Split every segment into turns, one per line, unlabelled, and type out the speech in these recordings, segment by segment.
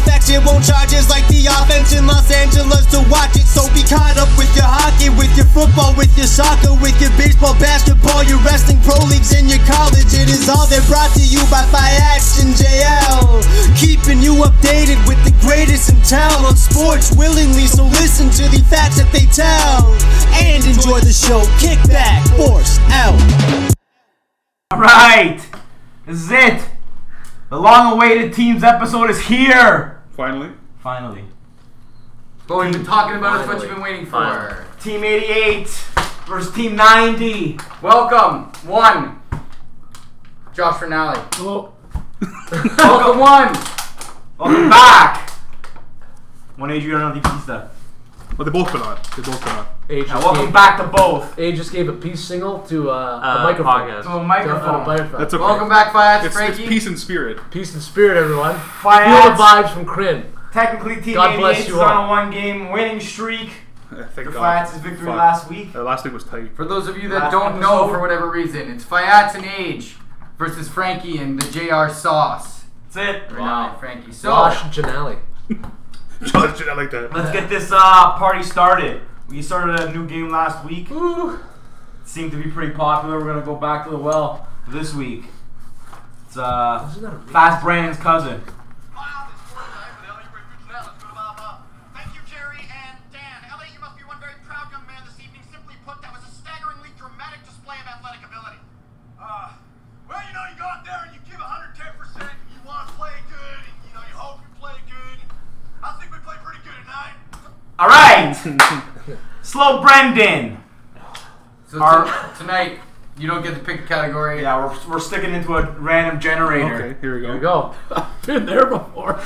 facts. It won't charge us like the offense in Los Angeles to watch it. So be caught up with your hockey, with your football, with your soccer, with your baseball, basketball, your wrestling, pro leagues, and your college. It is all they're brought to you by Fiats and JL. Keeping you updated with the greatest in town on sports willingly. So listen to the facts that they tell and enjoy the show. Kick back, force out.
Right! This is it! The long awaited teams episode is here!
Finally.
Finally.
But we've been talking about it, what you've been waiting for.
Team 88 versus Team 90.
Welcome, one. Josh Rinaldi. Hello. Welcome, one.
Welcome back! One Adriano Di Pista.
But they both been on. They both been on.
Age
Now, welcome back to both.
Age just gave a peace single to uh,
uh,
a microphone.
podcast.
To a
To a- on a
microphone.
microphone.
That's okay.
Welcome back, Fiats
It's, it's
Frankie.
peace and spirit.
Peace and spirit, everyone. Feel the
Fiats.
vibes from Kryn.
Technically, Team
God
88
bless
is
you
on
all.
a one game winning streak.
Eh, Thank
The
God.
Fiats' victory
Fuck.
last week.
Uh, last week was tight.
For those of you that
Last
don't know,
episode.
for whatever reason, it's Fiats and Age versus Frankie and the JR Sauce.
That's it.
Rinaldi, Frankie. So,
Josh Janelli.
Judge, I like that.
Let's get this uh, party started. We started a new game last week. Seemed to be pretty popular. We're gonna go back to the well this week. It's uh,
Isn't that a real-
Fast Brandon's cousin.
Thank you, Jerry and Dan. Elliot, you must be one very proud young man this evening. Simply put, that was a staggeringly dramatic display of athletic ability. Uh, well, you know, you go out there and you give 110%, and you want to play good, and, you know, you hope you play good. I think we played pretty good tonight.
All right, slow Brendan.
so
Our-
ton- tonight, you don't get to pick a category.
Yeah, we're, we're sticking into a random generator.
Okay, here we go.
There we go. I've been there before.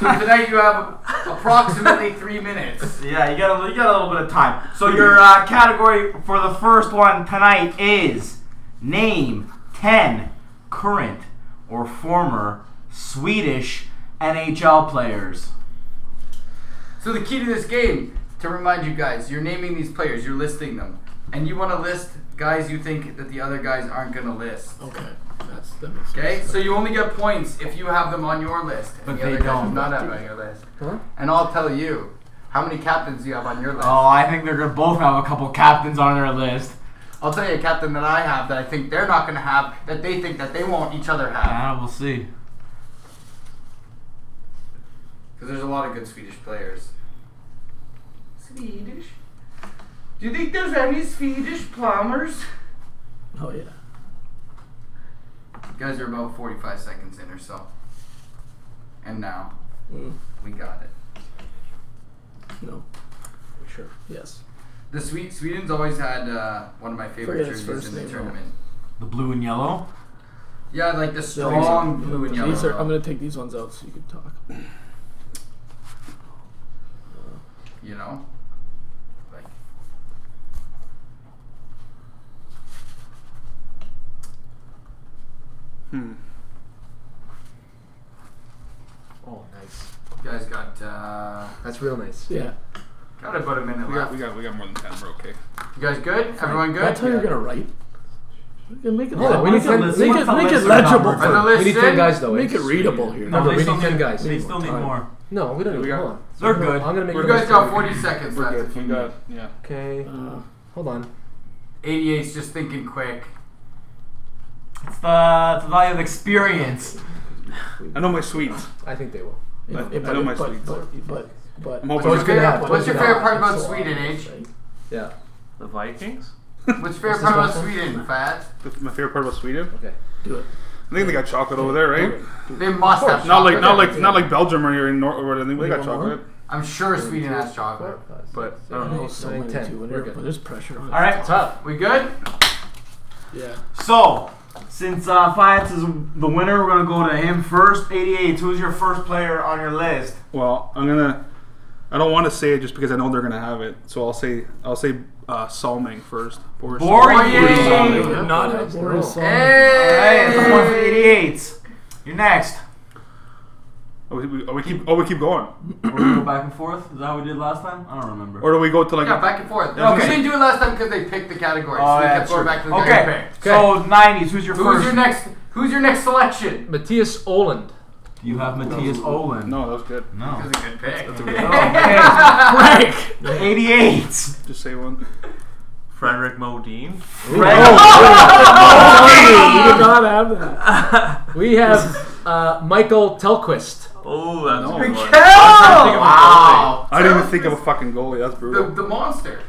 So tonight you have approximately three minutes.
Yeah, you got a, li- you got a little bit of time. So your uh, category for the first one tonight is name ten current or former Swedish NHL players.
So the key to this game, to remind you guys, you're naming these players, you're listing them, and you want to list guys you think that the other guys aren't gonna list.
okay. That's, that makes
Okay,
sense.
so you only get points if you have them on your list, and
But
the
they
other guys
don't.
do not have it on your list.
Huh?
And I'll tell you how many captains you have on your list.
Oh, I think they're gonna both have a couple captains on their list.
I'll tell you a captain that I have that I think they're not gonna have that they think that they won't each other have.
Ah, we'll see.
Because there's a lot of good Swedish players. Swedish. Do you think there's any Swedish plumbers?
Oh, yeah.
You guys are about 45 seconds in or so. And now,
Mm,
we got it.
no. Sure. Yes.
The Swe- Sweden's always had uh, one of my favorite
Forget his
jerseys
first
in the
name, yeah.
tournament.
The blue and yellow.
Yeah, like the strong blue and yellow.
These are, I'm
though,
gonna take these ones out so you can talk.
You know? Like,
Oh, nice.
you guys got uh,
That's real nice.
Yeah.
got about a minute
We
left.
got, we got, we got more than ten. We're okay.
You guys good? Everyone good?
That's how you're gonna write. You can make it,
Yeah, we
make
need
it,
to list-
make
what's
it,
the
make it
list of
legible.
numbers?
Are the
For,
lists
We need
in?
10 guys, though.
make
eh?
it readable here.
No,
they
we
still
need 10
need-
guys.
They still need
Alright.
more.
No, we don't need
We got-
hold on.
They're
I'm gonna-
good.
I'm going to make
You
a
guys
list
got
here.
40 seconds
We're
left.
We got Mm. yeah.
Okay.
Uh,
Hold on.
88's just thinking quick.
It's the, it's the value of experience.
I know my sweets.
I think they will.
I, I
but-
know my
but,
sweets.
but, but, but,
I'm
but,
hoping.
What's
for-
good? Yeah,
What's your
yeah.
favorite part about
So, uh,
Sweden, Age?
Yeah.
The Vikings?
What's your favorite
this
part about
one?
Sweden, Fat?
the- My favorite part about Sweden.
Okay.
I think they got chocolate over there, right?
They must have
Not like,
chocolate.
not like, not like Belgium or in Nor- or anything. They
We
got
got one
chocolate.
I'm sure Sweden has chocolate.
Four, five, six,
But I
seven,
don't know.
eight,
so
nine,
many
ten.
too,
We're
whenever-
good.
but there's pressure on.
All right.
Tough.
We good?
Yeah.
So, since uh, Fiats is the winner, we're gonna go to him first. 88. Who's your first player on your list?
Well, I'm gonna I don't want to say it just because I know they're gonna have it. So I'll say I'll say uh, Salming first. Boris.
Boris.
Salming
Hey.
would not have
Boris
no.
Salming.
Hey, it's the one for the
Hey!
88s. You're next.
Oh, we- we, oh, we keep oh we keep going,
We're gonna go back and forth. Is that how we did last time? I don't remember.
or do we go to like?
Yeah, back and forth.
Okay.
We didn't do it last time because they picked the category, so
Oh,
we
yeah,
kept
that's
going
true.
back to the
Okay,
category.
so 90s. Who's your
Who's
first?
your next? Who's your next selection?
Matthias Oland.
You have Matthias Olin.
no, that was good.
No.
That's a good pick.
Okay.
Frank!
88.
Just say one.
Frederick Modine.
We did not have that.
We have uh, Michael Telquist.
Oh, that's
No.
a good one.
wow.
I didn't even think of a fucking goalie. That's
the,
brutal.
the monster.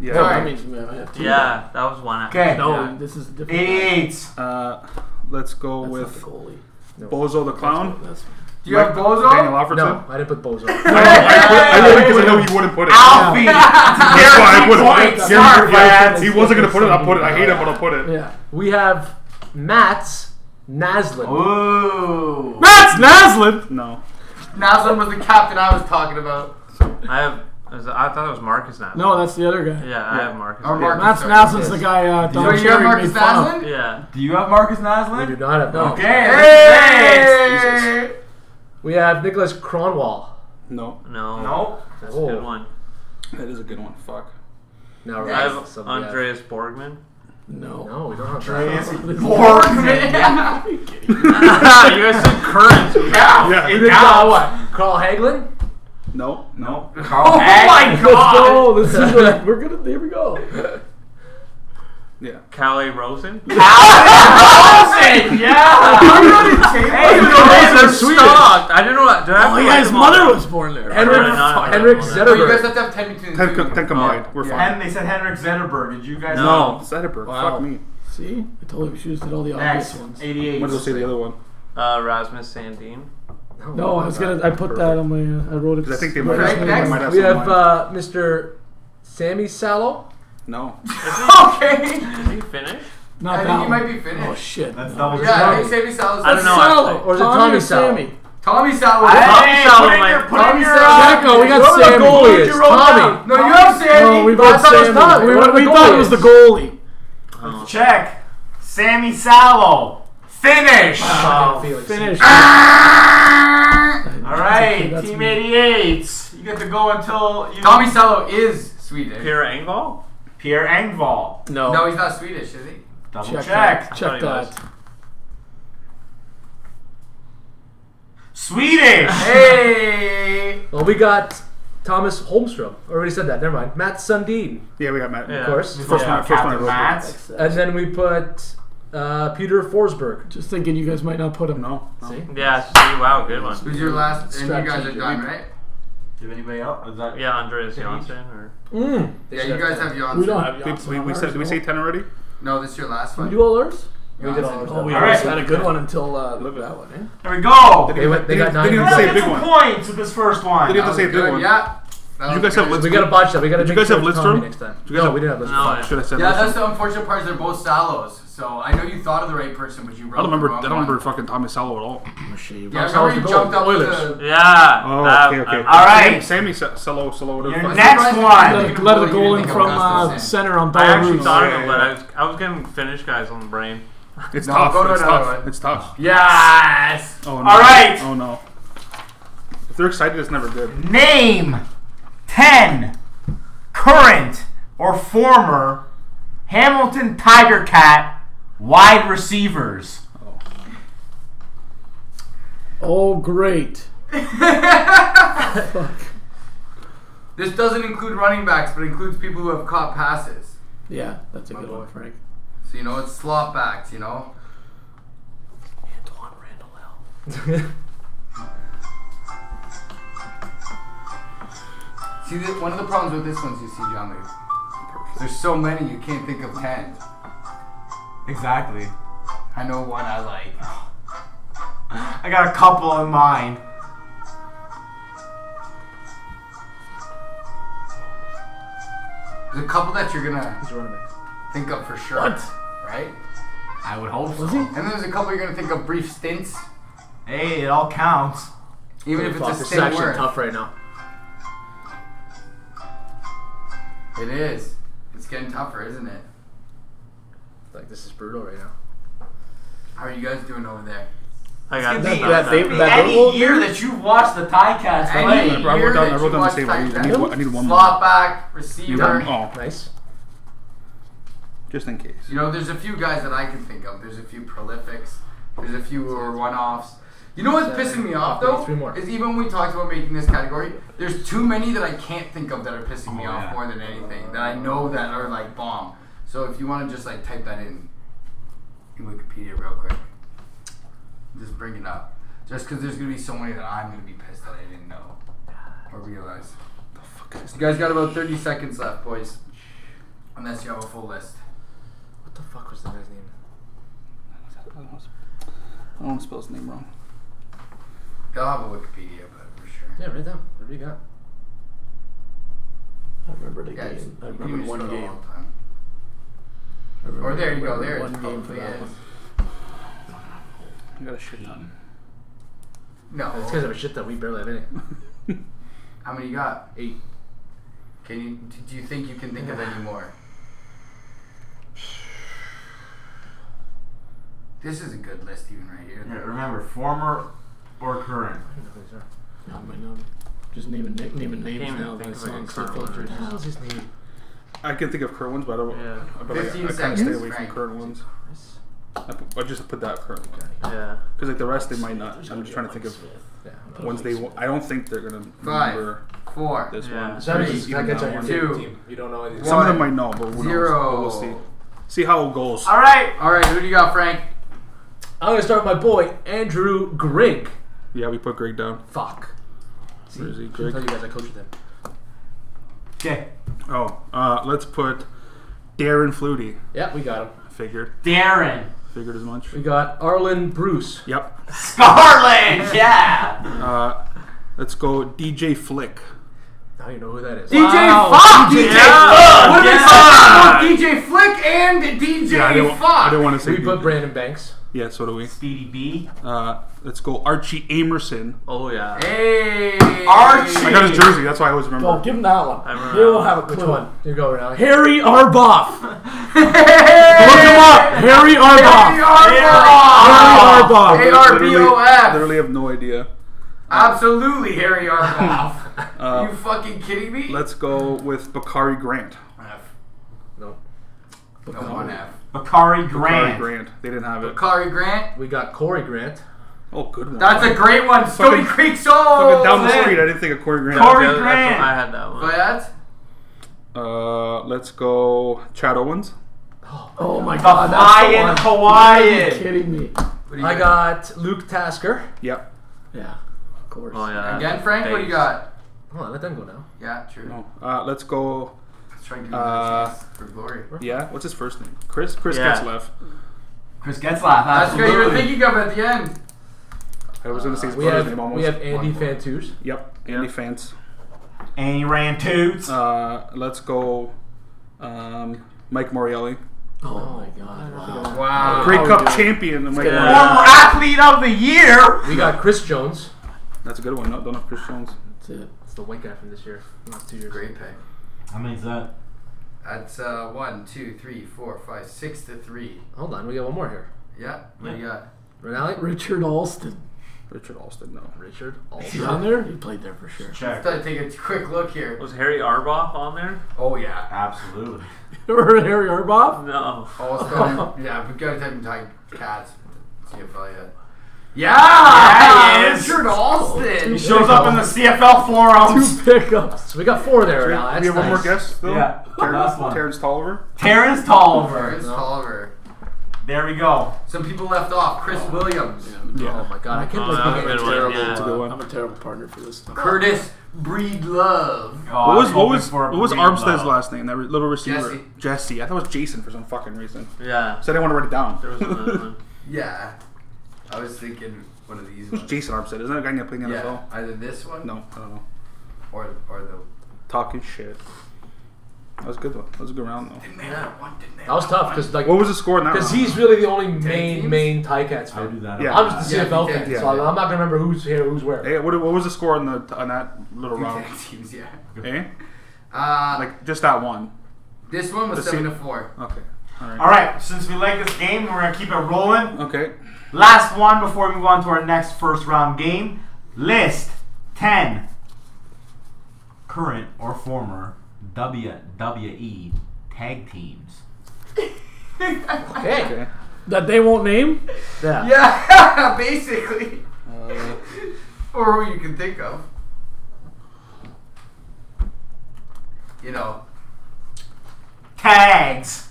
Yeah.
No,
Sorry.
I mean, yeah, I have two.
Yeah, that was one.
Okay.
Oh.
No,
Yeah.
this is a different.
88.
Uh, let's go
That's not
with
the goalie.
Bozo the clown.
That's
Do you have
Oh,
Bozo?
Daniel Offerton.
No, I didn't put Bozo.
I, I, I, I, because I know you wouldn't put it.
Alfie.
That's why I wouldn't.
Point.
Guaranteed
Smart,
points.
lads.
He wasn't gonna put it. I'll put it. I hate him, but I'll put it.
yeah.
we have Mats Naslin.
Ooh.
That's Naslin. No.
Naslin was the captain I was talking about.
I have. is- I thought it was Marcus now.
No, that's the other guy.
Yeah, I have Marcus.
Or Marcus.
That's
sorry.
Naslin's the guy. Uh,
So
Don
you have
Cherry
Marcus
made fun of.
Naslin?
Yeah.
Do you have Marcus Naslin?
We do not have no.
Okay.
Hey!
that's next.
We have Nicholas Cronwall.
No.
No.
Nope.
That's
Oh.
a good one.
That is a good one. Fuck.
Now
I
right.
have
so we have-
Andreas Borgman.
No.
No, we don't have
Andreas
that.
Borgman.
you guys said current.
Yeah.
We got what? Carl Hagelin?
No.
Nope. Carl Hagman.
Let's go. This is what we're gonna. Here we go.
Yeah.
Callie Rosen.
Carlson. Yeah. Hey,
Oh,
No, they're stopped. I didn't know that. Do I have
Oh
to
yeah,
write
his
them all
mother
down?
was born there.
I
Henrik,
did not write
Henrik
them all
But Oh, you guys have
Zetterberg.
to have 10 between the
Ten,
two.
co- ten combined. We're fine.
And they said Henrik Zetterberg. Did you guys?
No.
Zetterberg.
Wow.
Fuck me.
See, I told you she just did all the obvious
Next.
ones.
88.
I'm gonna go say the other one.
Uh, Rasmus Sandin.
Oh
No, I was gonna. I put that on my. Uh, I wrote it.
Because I think they
wrote
might
it
have, they
Right,
down.
next.
might have
We
some
have
line.
uh, Mr. Sammy Sallow.
No.
Okay.
Is he Finnish?
Not
I
that
think you
one.
might be finished.
Oh shit.
That's double.
yeah, I think Sammy Salas.
I don't know.
Sallow,
Or is it
Tommy
Tommy
or
Sallow?
Sammy?
Tommy Salas.
Hey,
Tommy
put in
Salmon,
your,
like,
put in
Tommy
your,
Salmon.
uh,
Jacko, we got
Whoever the
Sammy.
goalie
Who'd
is,
you roll
Tommy.
down?
No, you have Sammy.
No, we
I
both
thought it was
Sammy.
Tommy.
We
We,
went
we
with
thought it was the goalie.
Check. Sammy Sallow. Finish. Oh,
Felix.
Finish.
All right,
That's
Team
me.
88. You get to go until you.
Tommy Salo is Swedish.
Pierre Engvall.
Pierre Engvall.
No.
No, he's not Swedish, is he?
Double
check.
check.
That.
thought
Check
he
that.
was.
Swedish.
Hey!
Well, we got Thomas Holmstrom. Already said that. Never mind. Matt Sundin,
Yeah, we got Matt.
Yeah.
of course.
First
Yeah,
one,
first one I
Captain
wrote.
Mats.
And then we put uh, Peter Forsberg.
Just thinking, you guys might not put him.
No. no.
See?
Yeah. See, wow, good one.
Who's your last? And
Strap
you guys are
changer.
done, right?
Do you have anybody else? Is that
Yeah, Andreas Janssen or
Mm.
Yeah, you guys have Janssen.
We don't have
We,
Johnson
we,
on
we
ours,
said. Did we
no?
say ten already?
No, this is your last
We
one.
do all ours?
Janssen
did
is
all ours.
done.
Oh, we
All
always
right.
had a good one until uh, that one. Eh?
There we go.
They went- they
They
got
didn't- they didn't
nine.
Let's
say a
get
big
some
one.
points with this first one.
They didn't
That
say a
was
big
good,
one.
Yeah. That
You
was
guys have
good.
Lidstrom?
We gotta botch that. We gotta
Did you guys
make
have
sure it's
Lidstrom?
Tommy next time.
Did you guys
no,
have-
we didn't have
No,
Lidstrom.
I-
Should I said
Yeah,
this?
that's the unfortunate part. Is they're both Salos, so I know you thought of the right person, but you wrote
I don't remember. I
The wrong
don't remember
One.
fucking Tommy Salo at all.
Yeah, I
Salos
remember you
the
jumped up
goalie.
to.
yeah.
Oh,
that-
okay, okay.
I-
All right.
Sammy Sa- Salo, Salo, whatever.
You're
the fuck.
next
Surprised
one.
that
They
you didn't
let
really
the goal
think
in
of
from
Rasmussen.
uh, center on
I actually
Belarus.
thought of
Yeah, yeah,
him, but I
yeah.
was, I was getting Finnish guys on the brain.
It's
No,
tough.
go to
It's
another
tough.
one.
It's tough.
Yes.
Oh, no.
All right.
Oh no. If they're excited, it's never good.
Name 10 current or former Hamilton Tiger Cat wide receivers.
Oh, great.
This doesn't include running backs, but includes people who have caught passes.
Yeah, that's a good one, Frank.
So you know it's slot backs. You know.
Antoine Randall L.
See, the, one of the problems with this one's you see, John, there's- there's so many you can't think of ten.
Exactly.
I know one I like.
I got a couple in mind.
There's a couple that you're gonna
He's a running back.
think of for sure. Right?
I would hope so.
And then there's a couple you're gonna think of brief stints,
Hey, it all counts.
even if
Fuck,
it's a
this is
stint
actually
word.
tough right now.
It is. It's getting tougher, isn't it?
Like this is brutal right now.
How are you guys doing over there?
I got
Excuse me,
stuff
that they-
done.
that-
Any
little-
year that you've watched the Tie Cats
Any
play,
I wrote
year
down- I wrote
that you
down the
watch
same.
tight
I need- I
back,
need one- I need one more.
Slot back,
Oh,
receiver.
Nice.
just in case.
You know, there's a few guys that I can think of. There's a few prolifics. There's a few who are one-offs. You know what's pissing me off though
Three more.
is even when we talked about making this category, there's too many that I can't think of that are pissing
Oh,
me off
yeah.
more than anything that I know that are like bomb. So if you want to just like type that in in Wikipedia real quick, just bring it up. Just because there's gonna be so many that I'm gonna be pissed that I didn't know or realize. You guys got about 30 seconds left, boys. Unless you have a full list.
What the fuck was the guy's name?
I don't want to spell his name wrong.
They'll have a Wikipedia, but for sure.
Yeah, right down. What do you got?
I remember the
Guys,
game. I
you
remember
can use
one
it a
game.
long time.
I remember-
Or there you go,
remember
there it
One game for
probably
that
is.
one.
I got a shit ton.
This guy's
No.
have a shit that we barely have in it.
How many you got?
Eight.
Can you? d- Do you think you can think of any more? This is a good list, even right here.
Yeah, remember former or current.
I don't know who these are.
No, my name. Just naming nick- naming names
even
now.
think
That's
of it
on
in
so
current
filtered.
letters.
What the hell's his name?
I can think of current ones, but I don't.
Yeah.
But like, I
15
kind of stay
seconds,
away from
Frank.
current ones.
Chris?
I, put, I just put that current one
Yeah.
because like the rest they might not. I'm just trying to think of
Yeah.
ones they. wa- I don't think they're gonna
Five.
remember
Four,
this
Yeah.
one.
So
That
Or
means
even
that guy's
that
on your
one.
Two.
team. You don't know anything.
Some of them
One.
might know, but who
zero.
knows? But we'll see. See how it goes.
All right.
All right, who do you got, Frank?
I'm gonna start with my boy Andrew Grigg.
Yeah, we put Greg down.
Fuck. See,
Where is he,
should've
Greg?
told you guys I coached them.
Okay.
Oh, uh, let's put Darren Flutie.
Yeah, we got him.
Figured,
Darren.
figured as much.
We got Arlen Bruce.
Yep.
Scarlet. Yeah.
Uh, let's go DJ Flick.
Now you know who that is.
DJ Fox. DJ What did I say? Both DJ Flick and DJ
I didn't, wa- I
Fox.
didn't want to say.
We put
DJ.
Brandon Banks.
yeah, so do we.
Speedy B.
Uh, let's go Archie Amerson.
Oh yeah.
Hey,
I got his jersey. That's why I always remember.
Oh, give him that one.
remember
He'll
that
have a
Which
clue.
one? You go now. Here.
Harry Arboff. Look
Look him up, Harry
Harry
Arbaugh. Harry
Arbaugh.
Arbaugh.
A-R-B-O-F.
Literally- Literally have no idea.
Absolutely, Harry Arbaugh.
Uh,
you fucking kidding me?
Let's go with Bakari Grant.
F.
No.
No one F.
Bakari
Bakari
Grant.
Grant. They didn't have it.
Bakari Grant.
We got Corey Grant.
Oh, good one.
That's a great one. Stony
Fucking-
Creek
Fucking
Soul.
down the
man.
street. I didn't think of Corey Grant.
Corey-
Yeah, that's what-
Grant.
I had that one.
But
Uh, let's go Chad Owens.
Oh my
The
god,
Hawaiian.
that's the one. Are you
Hawaiian.
kidding me?
what do you
I got Luke Tasker.
Yep.
Yeah, of course.
oh yeah.
again, Frank. What do you got?
Hold on, let them go now.
Yeah, true.
No. Uh, let's go.
Let's try and give
Uh,
him a chance for glory.
Yeah. What's his first name? Chris. Chris
Yeah.
gets left.
Chris Getzlaff.
That's what
Absolutely.
you were thinking of at the end.
I was gonna say his
We
brother's
have
name almost.
we have Andy
One more.
Fantuz.
Yep. Andy Fance.
And he ran
Oh,
toots.
Uh, let's go. Um, Mike Morelli.
Oh my god, wow.
Wow.
Great
we
Cup
doing?
champion. Mike
Yeah.
Morelli.
Former athlete of the year.
We got Chris Jones.
That's a good one. No, don't have Chris Jones.
That's it.
It's the white guy from this year. Last two years.
Great pick.
How many is that?
That's uh, one, two, three, four, five, six to three.
Hold on, we got one more here.
Yeah. What do you got?
Renali?
Richard Alston.
Richard Alston. No.
Richard.
Is he on there? He played there for sure.
Check.
Let's take a quick look here.
Was Harry Arbaugh on there?
Oh yeah.
Absolutely.
Remember Harry Arboff?
No.
Oh, Also, yeah, we gotta have him tie cats. See if I. Uh,
Yeah, he is.
Richard Alston.
He
Shows up in the CFL forums.
Two pickups.
So we got four there now.
Do
That's
you have one more
nice.
guess? Though?
Yeah, last
Terrence,
one.
Terrence Tolliver.
Terrence Tolliver.
Terrence Tolliver.
There we go.
Some people left off. Chris Williams.
Oh my god, I can't
Oh, that was a good
believe we got
one.
terrible.
yeah.
That's a good one.
I'm a terrible partner for this stuff.
Curtis Breedlove.
Oh, I
What was what
hoping
was
for a
what was
breedlove.
Armstead's last name? That re- little receiver.
Jesse.
Jesse. I thought it was Jason for some fucking reason.
Yeah.
So I didn't want to write it down.
There was another one.
Yeah. I was thinking one of these ones.
Jason Armstead. Isn't that a guy that played in the
Yeah,
NFL?
either this one
No, I don't know.
or or the.
Talking shit. That was a good one. That was a good round though.
Man, that one didn't they?
That was tough because like
What was the score in that?
because
round?
he's really the only main
teams?
main Ticats fan.
I'll do that.
Yeah.
I'm just a
Yeah,
CFL
you
fan,
can.
so I'm not gonna remember who's here, who's where.
Hey, what, what was the score on the on that little round?
Tag teams, yeah.
eh?
Uh,
Like just that one.
this one was
the
seven
scene-
to four.
Okay. All right.
All right, since we like this game, we're gonna keep it rolling.
Okay.
Last one before we move on to our next first round game. List 10 current or former WWE tag teams.
Okay.
Okay.
That they won't name?
Yeah.
Yeah, basically.
Uh,
Or who you can think of. You know,
Tags!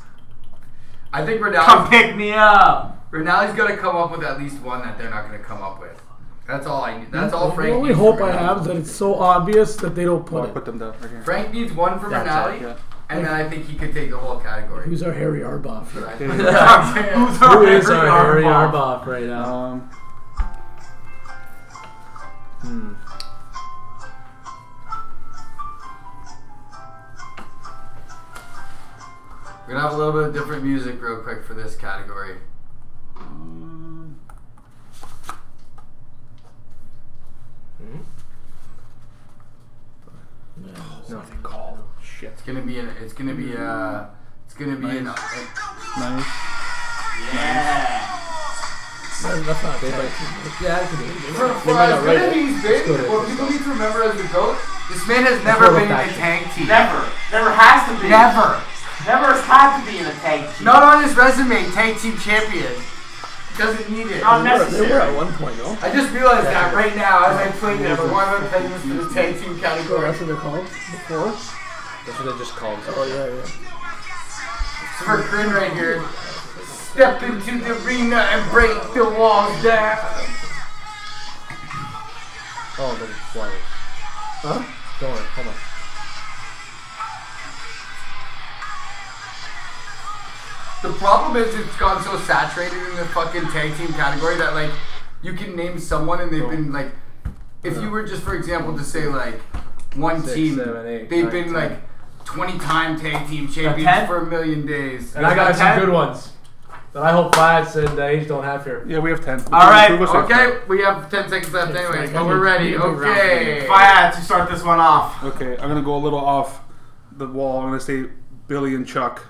I think
Come
Ronaldo's,
pick me up!
Ronaldo's got to come up with at least one that they're not going to come up with. That's all I need. That's all
The
Frank
only
needs
hope
from
I
Ronaldo.
have is that it's so obvious that they don't
well, Oh, I put
put it.
them down right here.
Frank needs one from
That's
Ronaldo,
it, yeah.
and then I think he could take the whole category.
Who's our Harry Arbaugh?
But I-
Who's
Who is our Harry
Arbaugh?
Arbaugh right now?
Um,
We're gonna have a little bit of different music real quick for this category.
um,
It's gonna be an. It's gonna be a. It's gonna be an.
nice.
That's not
They might- Yeah, it could be.
For, for
might
as
not
good
write
as
it.
he's been,
Let's go to
what
it.
people need to remember as we go, this man has never
go to
been in a
fashion.
tag team.
Never. Never has to be.
Never.
Never has had to be in a tag team.
Not on his resume, tag team champion. Doesn't need it.
Not
They were at
necessary.
one point, no?
I just realized that right now as I played it, but why am I playing this for the tag team
Or
category?
that's what they're called before.
That's what they just called.
Oh yeah, yeah.
So for Corinne right here. Step into the arena and break the walls down.
Oh, the flight.
Huh?
Don't worry. Hold on.
The problem is it's gone so saturated in the fucking tag team category that like you can name someone and they've been like if you were just for example to say like one
Six,
team
seven, eight,
they've
nine,
been
ten.
like twenty time tag team champions
ten?
for a million days.
And I got some good ones that I hope Vlad and Age don't have here.
Yeah, we have ten.
All right,
We'll go
Okay,
safe.
we have ten seconds left
It's
anyways,
like
but
I
we're
need-
ready.
need to round it.
Okay.
If I had to start this one off,
Okay, I'm gonna go a little off the wall. I'm gonna say Billy and Chuck.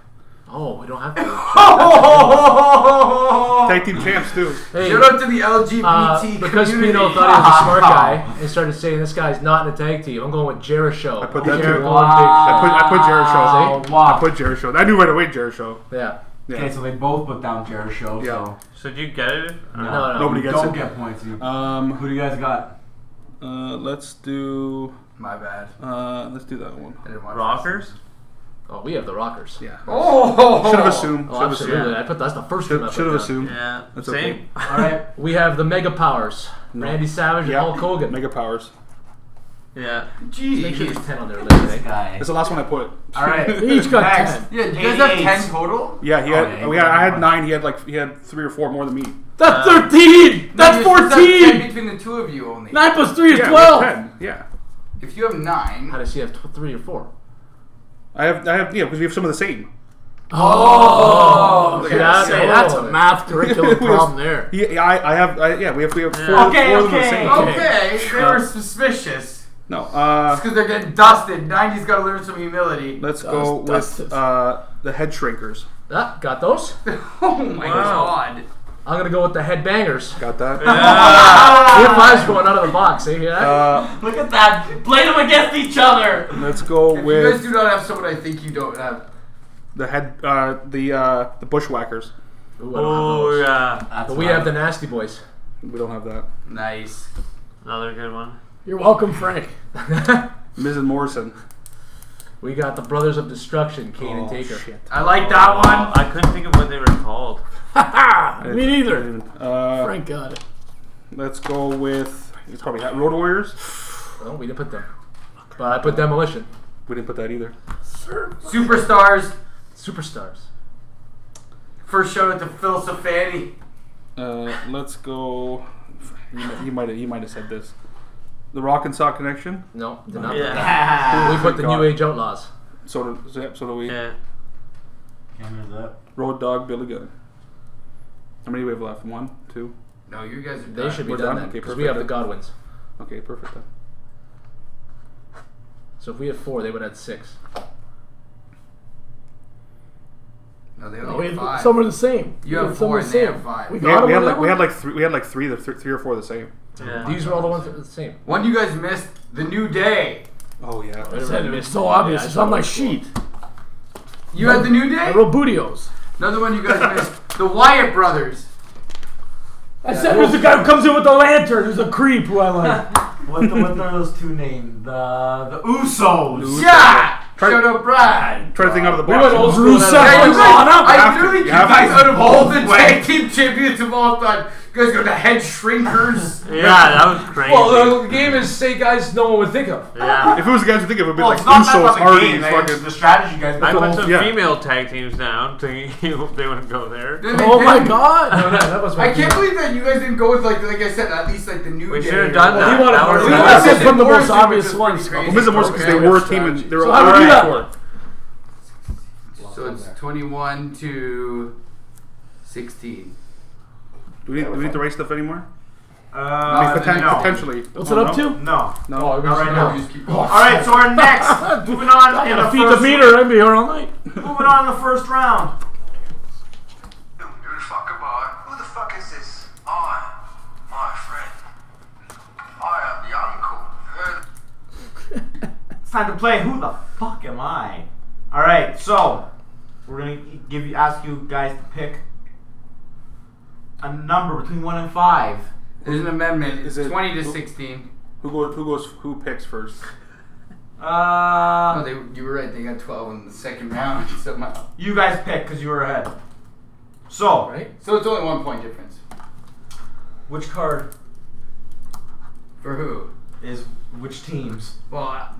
Oh, we don't have to.
Oh.
Tag team champs too.
Hey, E
Shout out to the LGBT
uh, because
community.
Pino thought he was a smart guy and started saying this guy's not in a tag team. I'm going with Jericho. I
put that too. I
One
put I put
Wow.
Jericho.
Oh, wow.
I put Jericho. I knew right away Jericho.
big, yeah.
Okay, so they both put down Jericho, so
Should you get it? Uh,
No.
Or
No, no.
Nobody gets
don't
it.
get points. You.
Um,
Who do you guys got?
uh, let's do
My bad.
uh, let's do that one.
I didn't watch
Rockers?
Oh, we have the Rockers.
Yeah.
Oh
Should have assumed.
Oh,
Should have assumed.
absolutely. I put that's the first
Should
one I put
have
down.
assumed.
Yeah.
That's
Same.
All right,
We have the Mega Powers: Randy Savage
Yeah.
and Hulk Hogan.
Mega powers.
Yeah.
Make sure there's
Jeez.
ten on their list.
this
eh?
guy.
That's the last one I put.
All right,
They each got
Next.
10.
Yeah, do you guys have ten
88.
total?
Yeah, he had.
Oh, yeah,
we
he
had. I
got
had nine. He had like he had three or four more than me.
That's 13! That's
Maybe it's just that 10
14!
Between the two of you only.
9 plus 3 is
Yeah, we had
12!
ten. Yeah.
If you have nine,
How does he have tw- three or four?
I have. I have. Yeah, because we have some of the same.
Oh!
okay, that's-
say, that's a
oh.
math curriculum
We have-
problem there.
Yeah, yeah, I, I have. I, yeah, we have. We have four.
Okay,
four of them the
okay.
same.
Okay, Oh. they were suspicious.
No. Uh,
Because they're getting dusted. 90's got to learn some humility.
let's go
Dust-
with
dust.
uh, the head shrinkers.
Ah, got those.
Oh my god.
I'm gonna go with the Headbangers.
Got that?
Three fives going out of the box. Eh? Yeah.
Uh,
Look at that. Play them against each other.
let's go
If you guys
with
do not have someone, I think you don't have.
the head. Uh, the uh, the bushwhackers.
Ooh, I don't have
Oh,
those.
yeah.
That's
But we
what
have the
I-
Nasty Boys.
We don't have that.
Nice.
Another good one.
You're welcome, Frank.
Miz and Morrison.
we got the Brothers of Destruction, Kane and
Oh,
Taker.
shit.
I like that one.
I couldn't think of what they were called.
Me neither.
Uh,
Frank got it.
let's go with. It's probably ha- Road Warriors.
Oh, we didn't put them. But I put Demolition.
We didn't put that either.
Superstars.
Superstars.
First shout out to Phil Safani.
Uh, let's go. You might have. You might have said this. The Rock and Sock Connection.
No, did not. put
Yeah.
that.
Ah.
We put the
God.
New Age Outlaws.
So do, so- so do we.
Yeah.
Cameras up.
Road Dog, Billy Gunn. How many do we have left? One, two.
No, you guys are
They
done.
should be
We're
done
done?
then
Okay,
because we have the
perfect.
Godwins.
Okay, perfect then.
So if we had four, they would have had six.
No,
Oh,
they
We
only have
had,
five.
some are the same.
You
We
have
had
four
were
and they have five.
We
We
We had,
got
we
them
had
on
like
that
we had
one?
like three we had like three the th- three or four the same.
Yeah.
These are all the ones that were the same.
One you guys missed, the new day.
Oh yeah.
I said it was so obvious.
Yeah, I
it's on my
saw it.
sheet.
You had the new day.
I wrote Budios.
Another one you guys missed, the Wyatt brothers.
I said there's the guy who comes in with the lantern who's a creep who I like.
what, the, what are those two named? The the Usos.
Yeah,
Try-
shut up, Brad.
Try to think out of the
went old
box.
school. Rusev
Yeah, you
and
guys,
Lana.
I
have to-
literally
you
you
have
guys
to.
out of all the
Both
tag team champions of all time. You guys go to head shrinkers.
Yeah, that was crazy.
Well, the game is say guys no one would think of.
yeah.
If it was the guys you think of, it would be
Well,
like
Oh, it's not
Usos,
that about the game.
Hardy,
man. It's
fucking.
the strategy, guys.
I put some
yeah.
female tag teams down thinking they wouldn't go there.
Then they
Oh my
didn't.
No,
god!
no, that was my
I can't believe that you guys didn't go with like like I said at least like the new.
We
Day
should
or
have done
Well,
that.
he wanted
that
Hardy.
would've
We would've
been
That's
missed
just one of the
Morrison,
most
which
obvious
was
ones.
pretty
Well, Miz
crazy.
and Morrison because they were
Okay,
a
with
team and
strategy.
they were
So
all
how do we do
right.
that?
So it's twenty-one to sixteen.
Do we, do we need to race stuff anymore?
Uh,
I mean, poten-
no.
potentially.
What's it up to?
No.
No.
Oh,
All right,
No,
no.
you just keep going.
All right, so our next. moving on
I
in the
gotta feed the
first.
meter. I'd be here all night.
Moving on in the first round.
Don't give a fuck about it. Who the fuck is this? I, my friend. I am the uncle. Uh,
It's time to play. Who the fuck am I? All right, so we're gonna give you ask you guys to pick a number between one and five.
There's an amendment. It's
Is it-
twenty to sixteen.
Who goes? Who goes? Who picks first?
Oh,
Uh,
they, you were right. They got twelve in the second round somehow.
you guys pick because you were ahead. So,
Right?
So it's only one point difference
which card
for who?
is which teams?
Well, I-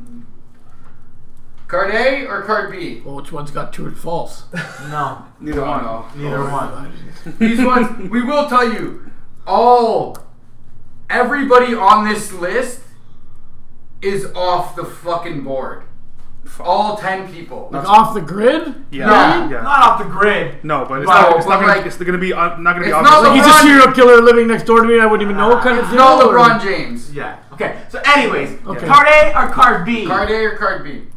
card A or card B?
Oh,
Well, which one's got true and false?
No,
Neither
Oh,
one.
no.
neither one.
These ones, we will tell you, all, everybody on this list is off the fucking board. All 10 people.
Like off the grid?
Yeah. yeah.
Not off the grid.
No, but it's
No,
not. It's
but
not gonna.
like-
it's gonna be. Uh, not gonna be
It's
obvious.
not
Like he's a
LeBron-
serial killer living next door to me and I wouldn't even know kind of deal?
No
or-
LeBron James.
Yeah. Okay. So, anyways,
Okay.
card A or card B?
Card A or card B?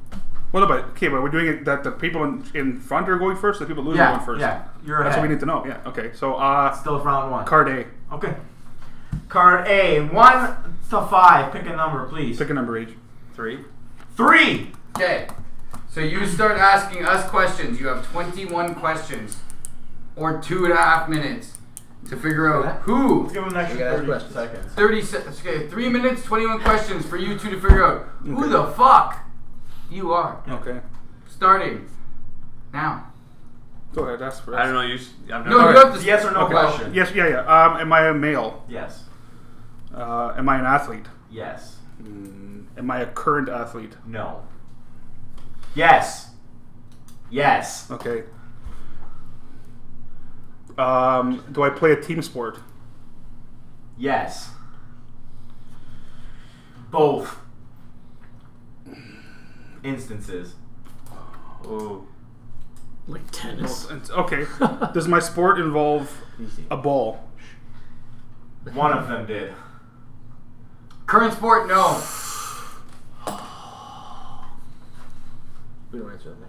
What about okay? But we're doing it that the people in, in front are going first. The people losing are
Yeah.
going first.
Yeah. You're
That's
ahead.
what we need to know. Yeah. Okay. So uh,
Still round one.
card A.
Okay. Card A, one to five. Pick a number, please.
Pick a number each.
Three.
Three.
Okay. So you start asking us questions. You have 21 questions or two and a half minutes to figure out who
Give him an extra
ask
30
questions.
seconds.
30 seconds. Okay, three minutes, 21 questions for you two to figure out who the fuck you are.
Okay.
Starting now.
Go ahead. Ask first.
I don't know. You. s- I've
No,
never-
you have to.
Yes or no
Okay.
question?
Yes. Yeah. Yeah. Um, am I a male?
Yes.
Uh, am I an athlete?
Yes.
Am I a current athlete?
No. Yes. Yes.
Okay. Um, do I play a team sport?
Yes. Both. Instances.
Ooh.
Like tennis.
It's- Okay. Does my sport involve a ball?
One of them did.
Current sport, no.
We don't answer that. Name.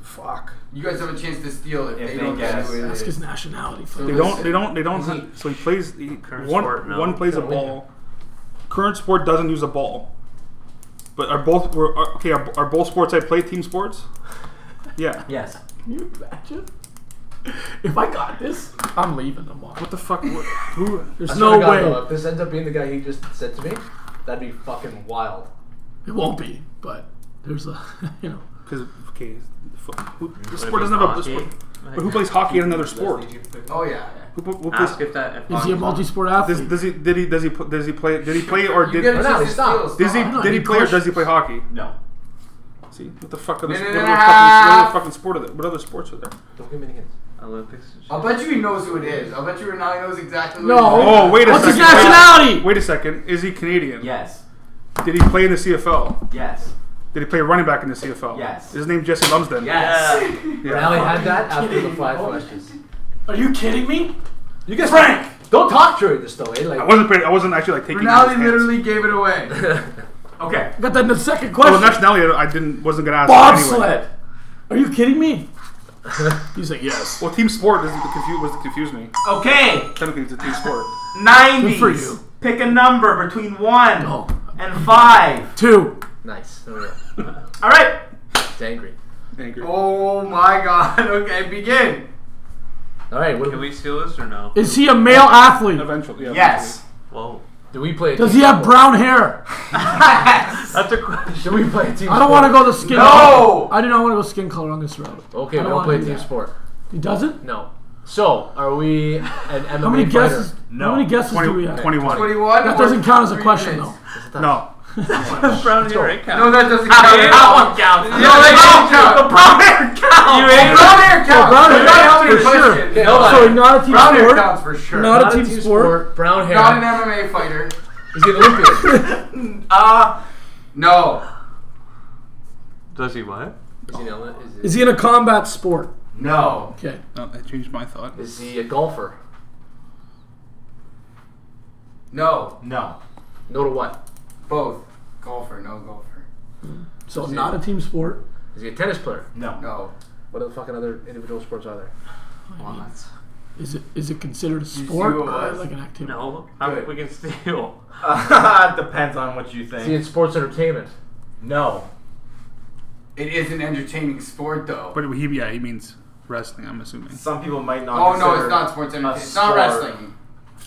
Fuck.
You guys have a chance to steal if,
If
they,
they
don't
guess.
guess. Who it
Ask
is.
his nationality. Fuck.
They don't. They don't. They don't. so he plays. He,
Current
one
sport, no.
one plays a
No, we don't.
ball. Current sport doesn't use a ball. But are both were are, okay? Are, are both sports I play team sports? Yeah.
Yes.
Can you imagine? If I got this, I'm leaving tomorrow.
What the fuck? What, who?
There's
I swear
no
to God, though,
way.
if this ends up being the guy he just said to me, that'd be fucking wild.
It won't be, but there's a, you know.
Because okay, fu- who, this
Would it
sport
be
doesn't have a this
hockey?
sport. But who plays hockey in another sport?
Oh, yeah. yeah.
Who, who plays,
Ask if that. If
Is he a multi sport athlete?
does, does he did he does he pl- does he play did he play or
You
did
get a
No,
chance
no,
to
stop.
steal.
does he
stop.
no,
did he
you
play or
push.
does he play hockey?
No.
See what the fuck are this,
Minute
what, other
and a
fucking, what
half.
other fucking sport are there? What other sports are there?
Don't give me any hints.
Olympics. and shit.
I'll bet you he knows who it is. I'll bet you Ronaldo knows exactly who
No.
it is.
Oh wait a
What's his
second.
nationality?
Wait a second. Is he Canadian?
Yes.
Did he play in the CFL?
Yes.
Did he play running back in the CFL?
Yes.
Is his name Jesse Lumsden?
Yes.
Rally had that after the five questions.
Oh, Are you kidding me?
You guys, Frank, don't talk during this though. Eh?
I
Like,
wasn't. Playing, I wasn't actually like taking. it in his
Ronaldo
hands.
literally gave it away.
Okay.
I got that in the second
Well,
question.
the nationality I didn't wasn't gonna ask. Anyway.
Bobsled. Are you kidding me? He's like, yes.
Well, team sport is the confuse was the confuse me.
Okay.
Technically, it's a team sport.
90s.
for you.
Pick a number between 1
Oh.
and 5.
Two.
Nice. There we go.
All right.
It's angry.
Angry.
Oh my god. Okay, begin.
All right. What do
Can
we,
we steal this or no?
Is he a male athlete?
Eventually, yeah.
Yes.
Whoa.
do we play? A
Does
team
he have
sport?
brown hair?
That's a question.
Do we play a team?
I don't want to go the skin.
No!
color. I do not want to go skin color on this road.
Okay,
I don't
we don't
wanna
play
do
team
that.
sport.
He doesn't.
No. So, are we an MMA
How many
fighter?
guesses?
No.
How many guesses do we
20,
have?
21.
21.
That
or
doesn't count as a
three
question
minutes?
though.
No.
Brown hair, it
No,
counts.
that doesn't
Ah,
count.
that one counts.
Yeah, that
The
doesn't count.
brown hair counts.
You ain't
Brown hair counts.
brown hair
You're not
counts
helping
for
the
sure.
question.
Okay, hold on.
So not a team
Brown hair
sport.
counts for sure.
Not a team sport.
Brown hair.
Not an MMA fighter.
He's the Olympian.
Uh,
No.
Does he what?
is, he an, Oli- is,
Is he in a combat sport?
No.
Okay.
No, that changed my thought.
he, is he a golfer?
No.
no.
No to what?
Both. Golfer. No golfer.
So not a team sport.
Is he a tennis player?
No.
No.
What the fucking other individual sports are there?
Is it is it considered a
see
sport
what it
or
was?
like an activity?
No. How
Good.
we can steal?
Uh, depends on what you
Is he in
think.
sports entertainment?
No.
It is an entertaining sport though.
But he, yeah, he means wrestling. I'm assuming.
Some people might not.
Oh no,
consider
it's not sports
a
entertainment. It's not
sport.
wrestling.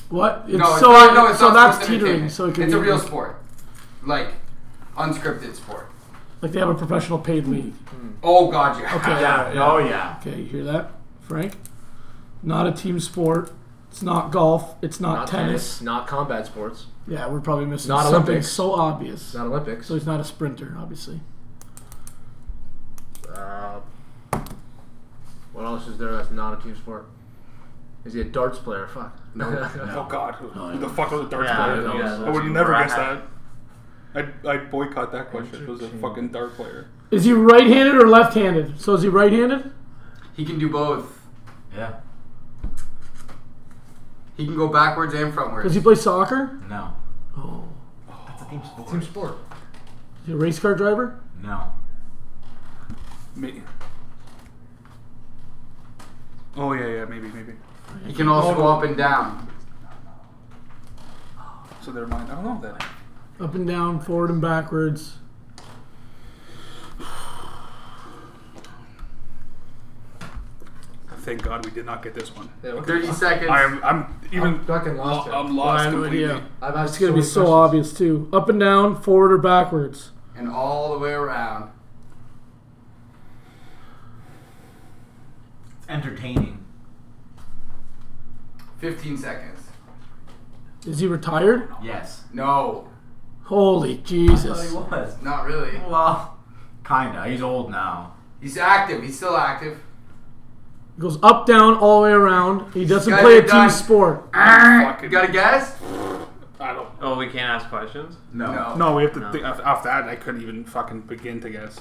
What? It's
No, it's
so
not, no, it's
so
not
that's
sports
teetering.
entertainment.
So it can
it's
be
a real
like,
sport, like unscripted sport.
like they have a professional paid league.
Oh god, yeah.
Okay.
Uh,
Yeah. Oh yeah.
Okay, you hear that, Frank? Not a team sport. It's not golf. It's not,
Not
tennis.
tennis. Not combat sports.
Yeah, we're probably missing
Not
something
Olympics.
so obvious.
Not Olympics.
so he's not a sprinter, obviously.
Uh, what else is there that's not a team sport? Is he a darts player? Fuck. No.
Oh God, who, who the fuck was a darts
Yeah, I
player?
don't know.
I would never guess that. I I boycott that question. It was a fucking dart player.
Is he right-handed or left-handed? So is he right-handed?
He can do both.
Yeah.
He can go backwards and frontwards.
Does he play soccer?
No.
Oh,
That's a team sport.
team sport.
is he a race car driver?
No.
Me. Oh yeah, yeah, maybe, maybe.
He can also go up and down.
So never mind. I don't know that.
Up and down, forward and backwards.
Thank God we did not get this one.
Yeah, okay.
30 seconds.
I'm I'm even
I'm fucking lost here.
I'm lost
I would,
completely.
yeah.
I've asked
It's gonna be
many
so
questions.
obvious too. Up and down, forward or backwards.
and all the way around.
It's entertaining.
15 seconds.
Is he retired?
Yes.
No,
Oh,
Holy
he
Jesus!
was.
not really.
Well, kinda. He's old now.
He's active. He's still active.
He goes up, down, all the way around. He doesn't
Guys,
play a
you're
team
done.
sport.
You got a guess?
I don't.
Oh, we can't ask questions.
No.
No.
No, we have to think. af- After that, I couldn't even fucking begin to guess.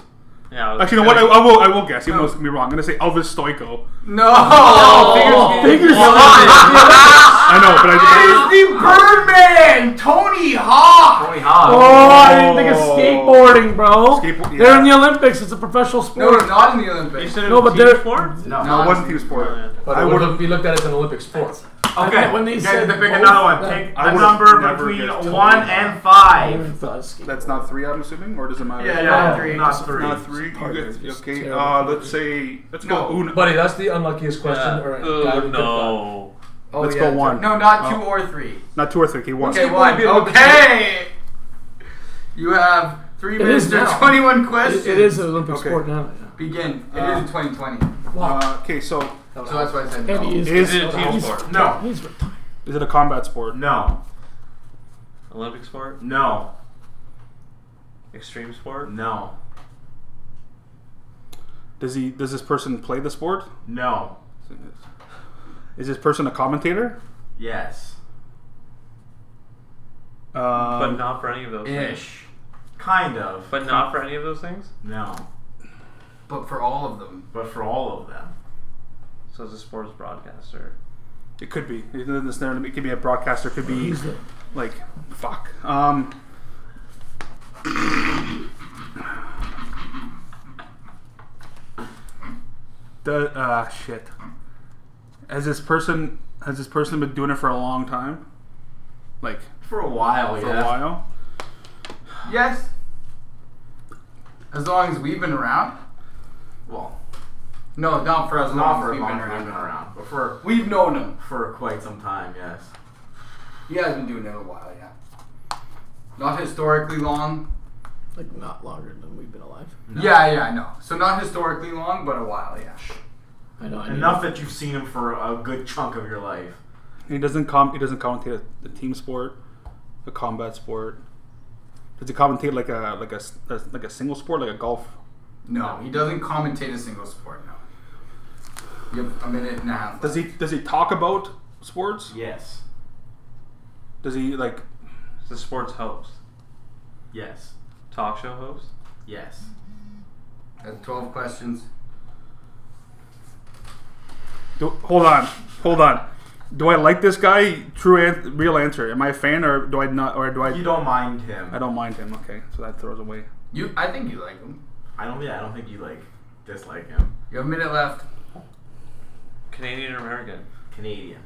Yeah. I was
Actually, you know what? I, I will. I will guess. Even though it's gonna be wrong. I'm gonna say Elvis Stoico.
No. Oh,
"Oh,
Figures.
I know, but I.
It's the Birdman, Tony Hawk.
Tony Hawk.
Oh, I didn't think of skateboarding, bro.
Skateboard-
They're in the
yeah.
Olympics. It's a professional
No,
sport.
it's not in the
You
Olympics.
said it
No,
was
but
team
they're-
sport?
Um, No,
No, it wasn't team sport.
But
I
I would
would've-
have be looked at as an Olympic sport.
Okay.
When they
Okay,
said
then pick
both,
another one.
I-
Pick
I
a
would've
number
never
between
guessed Tony
one
Hawk.
and
I
five.
even thought of skateboarding.
That's not three. I'm assuming, or does it matter?
Yeah,
No,
Not three.
not three.
Not three. You get-
It's
Okay.
terrible.
Uh, let's say. Let's
No.
go. Uno.
Buddy, that's the unluckiest question.
Yeah.
Or a guy
Oh
we could've gotten.
no.
Oh,
Let's go one.
No, not two
Oh.
or three.
Not two or three. Okay, one.
Okay,
It would
one.
be a little bit-
Okay. You have three minutes
is
and
now.
21 questions.
It it is an Olympic
Okay.
sport now.
Begin. It
Uh,
is in 2020.
Uh, okay, so
So that's why I said
And
no.
he is.
is
Is it
it
a team sport?
No.
He's retired.
is it a combat sport?
No.
Olympic sport?
No.
Extreme sport?
No.
Does he? Does this person play the sport?
No.
Is this person a commentator?
Yes.
But
Um,
not for any of those things.
Ish.
Kind of.
But not for any of those things?
no.
But for all of them.
But for all of them.
So it's a sports broadcaster.
it could be. It doesn't necessarily- It could be a broadcaster. It could be
He's the-
like fuck. Um, the uh, shit. Has this person has this person been doing it for a long time? Like
For a while,
for
yeah.
a while?
Yes. As long as we've been around.
Well,
No, not for as
not
long
for
as
a
we've
long
been
time,
around.
been around, but for
We've known him.
for quite some time, yes.
He has been doing it a while, yeah. Not historically long.
Like not longer than we've been alive.
Yeah, yeah, I know. So not historically long, but a while, yeah.
I know. I knew
Enough that you've seen him for a good chunk of your life.
He doesn't com he doesn't commentate a, a team sport, a combat sport. Does he commentate like a like a, s- a- like a single sport like a golf?
No, he doesn't commentate a single sport, no. You have a minute and a half.
Does he does he talk about sports?
Yes.
Does he like
He's a sports host,
Yes.
talk show host.
Yes.
That's 12 questions.
do, hold on hold on? Do I like this guy? True an- real answer. Am I a fan or do I not or do I?
You don't mind him.
I don't mind him. Okay, so that throws away.
You, I think you like him.
I don't. Yeah, I don't think you like dislike him.
You have a minute left.
Canadian or American?
Canadian.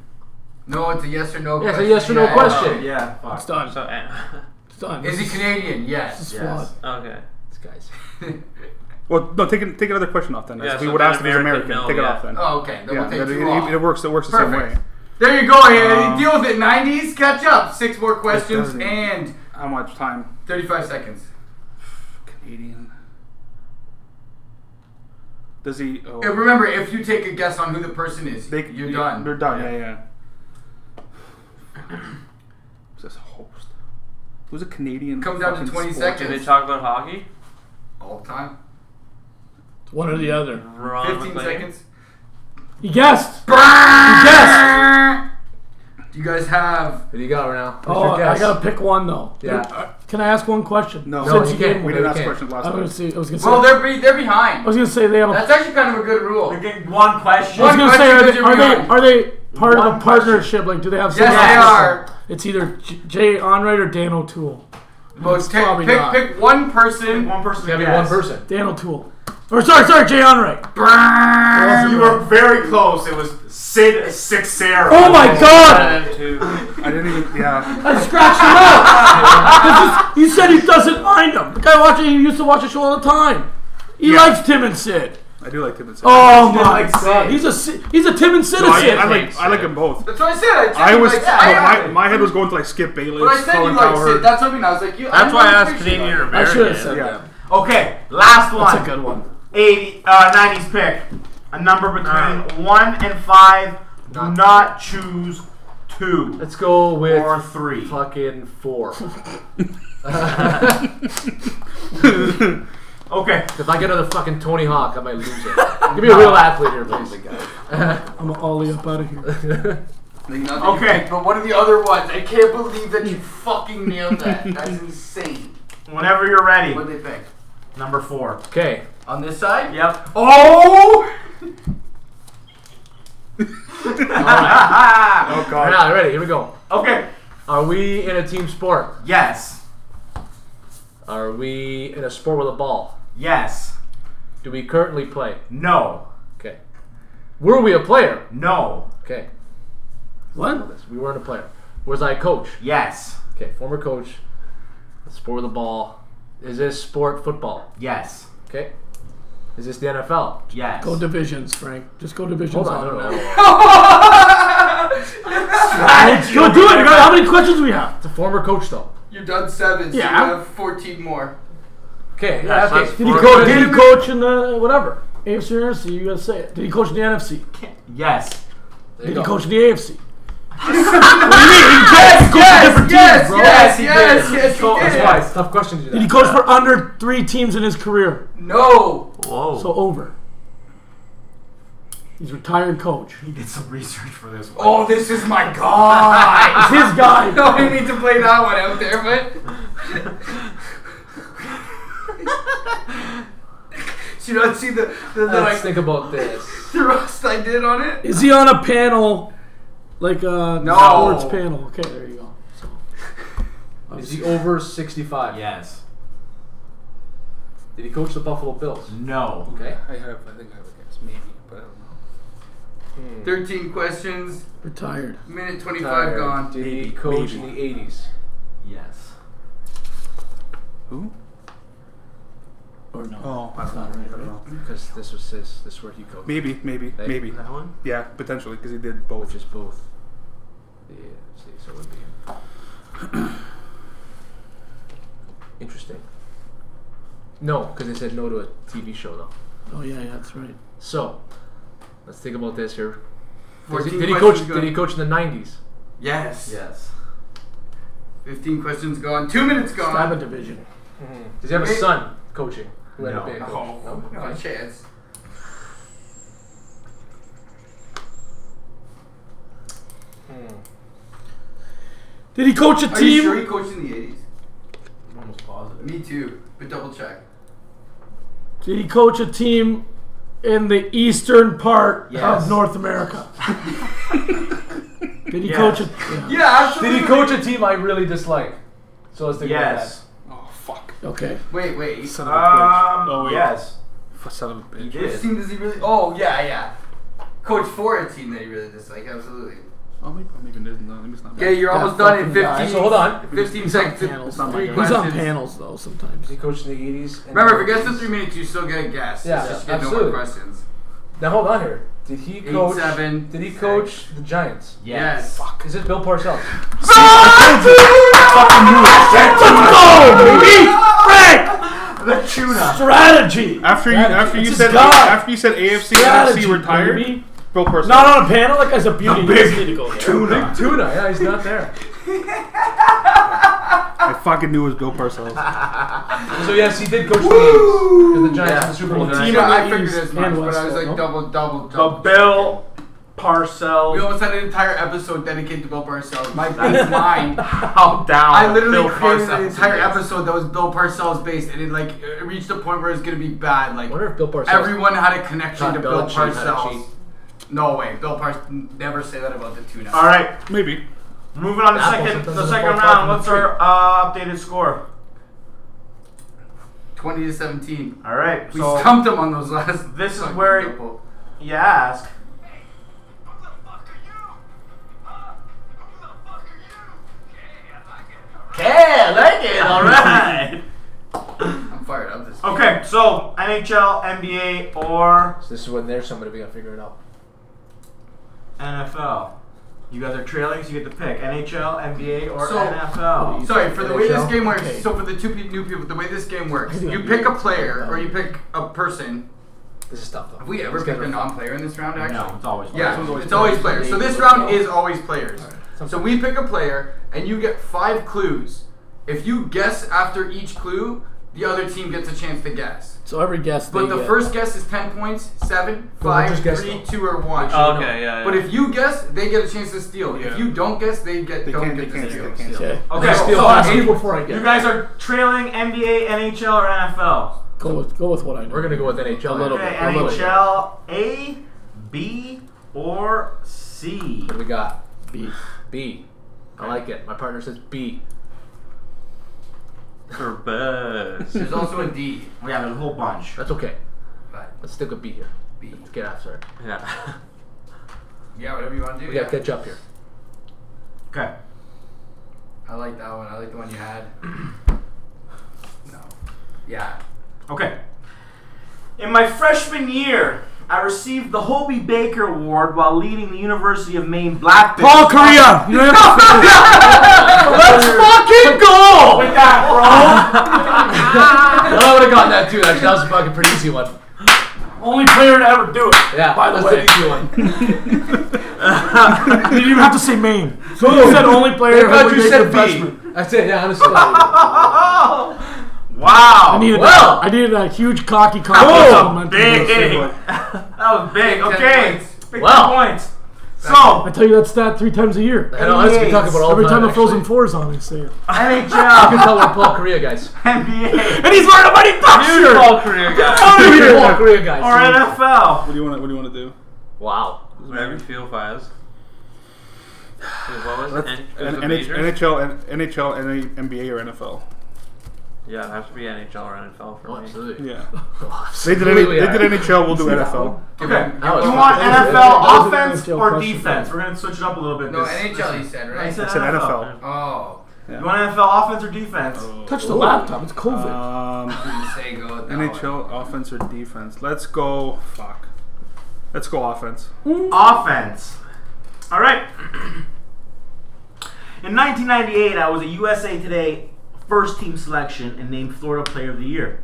No, it's a yes or no
Yes, a
question.
yes or no
I
question.
know.
Yeah. Fuck.
It's done.
So, eh,
It's done.
Is he Canadian?
It's
Yes.
Yes.
flawed.
okay.
This guy's.
Well, no, take it- take another question off then.
Yeah,
If we
so
would
then
ask if he's
American,
American.
no,
take it
yeah.
off then.
Oh, okay. Then
yeah,
we'll take
that-
two
it,
off.
it works. It works the
Perfect.
same way.
There you go, Andy.
Um,
Deal with it. 90s. Catch up. Six more questions
doesn't-
and
How much time?
35 seconds.
Canadian. Does he? Oh,
And remember, if you take a guess on who the person is,
they-
you're
yeah,
done.
They're done. Yeah, yeah. Who's this host? Who's a Canadian?
Comes down to
fucking
20
sport?
Did they
seconds.
talk about hockey?
All time.
It's one or the other.
Ron
15
McLean?
seconds.
He guessed.
Yes. You guys have.
What do you got right now?
Oh, I gotta pick one though.
Yeah.
Can I ask one question?
No,
No,
Since
you
you
can't.
gave-
we
No,
didn't
you
ask
can't.
questions last
I
time.
was gonna say. I was gonna say.
Well, they're be, they're
I
behind.
was gonna say they have a.
That's actually kind of a good rule.
You're getting one question.
I was gonna say,
question
are
that
they,
you're
are
behind.
they are they part of
One
a
question.
partnership? Like, do they have?
Yes,
someone
they
else?
are.
It's either J- Jay Onright or Dan O'Toole.
Well,
It's
pick-
probably
pick,
not.
pick one person.
One person.
Gotta be
guessed.
one person.
Dan O'Toole. Or sorry, sorry, Jay Onright.
You were very close. It was Sid Sixera.
Oh my God!
One, two.
I didn't even. Yeah.
I scratched him out. This is- he said he doesn't mind him. The guy watching, he used to watch the show all the time. He likes Tim and Sid.
I do like Tim and Sid.
Oh
He
my
likes
God!
Sid.
He's a Si- he's a Tim and Sid.
No, I,
Sid.
I like I like them both.
That's what I said. I,
I was
Like,
no,
yeah,
my, my head was going to like Skip Bayless,
But I said
Colin
you like
Cowherd.
Sid. That's what I mean. I was like, you.
That's
I'm
why I
not
asked
appreciating
Canadian
that.
or
I
American.
should have said
Yeah.
that.
Okay, last
That's a
one.
good one.
80, uh, 90s pick. A number between 1 and 5. Do not choose 2
Let's go with
or 3.
fucking four.
Okay.
If I get another fucking Tony Hawk, I might lose it. Give me a real athlete here, please.
I'm gonna ollie up out of here.
Okay.
But what are the other ones? I can't believe that you fucking nailed that. That's insane.
Whenever you're ready.
What do they think?
Number 4.
Okay.
On this side?
Yep.
Oh!
Ah,
All right, ready. Here we go.
okay.
Are we in a team sport?
Yes.
Are we in a sport with a ball?
Yes.
Do we currently play?
No.
Okay. Were we a player?
No.
Okay.
What?
We weren't a player. Was I a coach?
Yes.
Okay, former coach. Sport with a ball. Is this sport football?
Yes.
Okay. Is this the NFL?
Yes.
Go divisions, Frank. Just go divisions.
Hold on,
on.
no, no, no.
Go do it. How many questions we have?
It's a former coach though.
You've done seven, so
Yeah.
you have 14 more.
Okay.
Yeah, so
okay.
that's
Did he,
four.
coach, did he coach in the whatever? AFC or NFC? You gotta say it. Did he coach in the NFC?
Yes.
There you
Did he
go.
coach in the AFC?
Yes, yes,
bro.
yes, yes,
he
yes,
did.
yes,
So-
you
that's
did.
why.
It's a tough question to do.
Did he
That.
coach for under three teams in his career?
No.
Whoa.
So over. He's a retired coach.
He did some research for this one.
Oh, this is my god.
It's his
No,
guy.
we need to play that one out there, but. Did you not see the, the, the
Let's
like,
think about this.
thrust I did on it?
Is he on a panel, like a
No.
sports panel? Okay, there you go. So,
Is he over 65?
Yes.
Did he coach the Buffalo Bills?
No.
Okay.
I have. I think I have a guess. questions, maybe, but I don't know.
13 questions.
Retired.
Minute 25
Tired.
gone.
Did he
Maybe,
coach
maybe.
in the eighties?
Yes.
Who?
Or no.
Oh, I
that's
don't know.
not
I
right.
don't
right?
know.
Because this was his. This where he coached.
Maybe, maybe,
That-
maybe.
that
one?
Yeah, potentially, because he did both.
Which is both. Yeah. See, so it would be him. Interesting. No, because they said no to a TV show though.
Oh yeah, yeah, that's right.
So, let's think about this here. Does
14
he- Did he
questions
coach?
gone.
Did he coach in the nineties?
Yes.
Yes.
15 questions gone. Two minutes gone.
Stab a division.
Does he have a
Maybe-
son coaching? Who ended
No.
up being a
Oh,
coach? No?
not a chance.
Did he coach a
Are you
team?
sure he coached in the 80s?
I'm almost positive.
Me too, but double check.
Did he coach a team in the eastern part
Yes.
of North America? Did he
Yes.
coach a? Yeah.
Yeah, absolutely.
Did he coach a team I really dislike? So let's think
Yes.
Oh fuck!
Okay.
Wait, wait.
Son of a bitch!
Um.
Oh wait.
yes.
F- Son of a
He
bitch!
Which
did.
team does he really? Oh yeah, yeah. Coach for a team that he really dislike. Absolutely.
Oh, maybe, oh, maybe it is. No, maybe it's not.
Yeah, you're
That
almost done in
fucking guy.
15.
So hold on.
15
He's on
seconds.
panels.
Three
He's on
questions.
panels though sometimes.
Did he coach in the eighties?
Remember, if it gets to three minutes, you still get a guess.
Yeah,
Yeah, just get no
absolutely.
more questions.
Now hold on here. Did he coach?
seven,
did he
six.
coach the Giants?
Yes.
Is it Bill Parcells?
Let's go, baby! Frank!
The tuna.
Strategy.
After you, after you
It's
said,
his guy.
after you said AFC,
Strategy,
NFC retired.
baby.
Bill Parcells.
Not on a panel. That guy's a beauty. He doesn't need to go there.
Tuna.
Tuna. Yeah, he's not there.
I fucking knew it was Bill Parcells.
So yes, he did coach the eighties. Because the Giants
Yeah.
won the Super Bowl.
Team
Team
Yeah,
in the
I figured
East
as much,
and
but
West,
I was like
no?
double, double, double.
The Bill Parcells.
We almost had an entire episode dedicated to Bill Parcells. My big mind.
How down?
I literally
Bill
created an
Parcells
entire
is.
episode that was Bill Parcells based, and it like it reached a point where it's gonna be bad. Like
I wonder if Bill Parcells.
everyone had a connection
Todd
to Bill
Belichick had a
Parcells.
cheat.
No way, Bill Parcells. Never say that about the tuna.
All right.
Maybe.
Moving on to
Apple
second,
sometimes
the
is a
second
fall far
round.
from the
What's our uh, updated score?
Twenty to seventeen.
All right.
We
so
stumped him on those last.
This is
fucking
where-
couple.
you ask.
Who the fuck are you? Huh? Who the fuck are you? Yeah, I like it. All right.
Yeah, like it. All right.
I'm fired up this.
okay. So NHL, NBA, or
So this is when there's somebody we gotta figure it out.
NFL. You got their trailings. You get to pick NHL, NBA, or
So-
NFL.
Sorry for the way this
NHL?
game works.
Okay.
So for the two pe- new people, the way this game works,
think
you
I'm
pick a
gonna-
player or you pick a person.
This is tough though.
Have we ever
These guys
picked a
are fucked.
non-player in this round?
no,
Actually,
it's always
yeah,
Mine.
it's always players. So this round is always players.
Some-
So we pick a player, and you get five clues. If you guess after each clue, the other team gets a chance to guess.
So every guest.
But
they
the
get-
first guess is ten points, seven,
But we'll
five,
just guess
three,
though.
two, or one.
Oh, okay, yeah, yeah.
But if you guess, they get a chance to steal.
Yeah.
If you don't guess, they get
They
don't
can't. They
get to
can't.
steal.
They can't.
Okay.
Okay.
Let's steal
So
last
eight-
week
before I get
you
it.
guys are trailing NBA, NHL, or NFL.
Go with go with what I know.
We're gonna go with NHL.
A little
Okay,
bit. A little bit.
NHL A, B, or C.
What do we got?
B.
B. I like it. My partner says B.
There's also a D.
Yeah, there's a whole bunch.
That's okay.
But
Let's stick with B here.
B.
Let's get after it.
yeah.
Yeah, whatever you want to do.
We
Yeah.
gotta catch up here.
Okay.
I like that one. I like the one you had. no. Yeah.
Okay. In my freshman year, I received the Hobie Baker Award while leading the University of Maine Blackfish.
Paul Korea. You don't have to finish.
Let's fucking go! With that,
No, I would have gotten that too. Actually, that was a fucking pretty easy one.
Only player to ever do it.
Yeah,
By the
that's an
way.
easy one.
You didn't even have to say Maine. So you said only player.
Thank God
who
you
would
said
make
B.
the freshman.
That's it. Yeah, honestly.
bro! Wow!
I needed
Well.
a, I needed a huge cocky
Oh,
compliment.
big. that was big. Okay. Big
Wow.
points. So,
I tell you that stat three times a year.
I know. Honestly, we talk about it all
Every
the
time
time
a Frozen
actually.
Four is on, they say it.
You
NHL,
can tell we're Paul Korea guys.
NBA,
And he's wearing a money box shirt.
All career guys.
We're Paul Korea guys.
or NFL.
What do you want? What do you want to do?
Wow.
Whatever you feel files. What was it? N- it was
N-
the
NH-
majors?
NHL, N- NHL, NA NBA, or NFL?
Yeah, it'd have to be NHL or NFL for me.
Absolutely.
Yeah. they did,
Absolutely.
they did NHL, we'll do NFL.
Okay. Do
That was
you
fun.
want
That was-
NFL
that was
offense
an NHL
or
question.
defense? We're gonna switch it up a little bit.
No,
this-
NHL you said, right?
I said
I said
NFL.
Oh.
You want NFL offense or defense?
Touch the laptop. It's COVID.
Um,
You Oh, say go with that one.
NHL offense or defense? Let's go. Fuck. Let's go offense.
Offense. All right. In 1998, I was a USA Today first team selection and named Florida Player of the Year.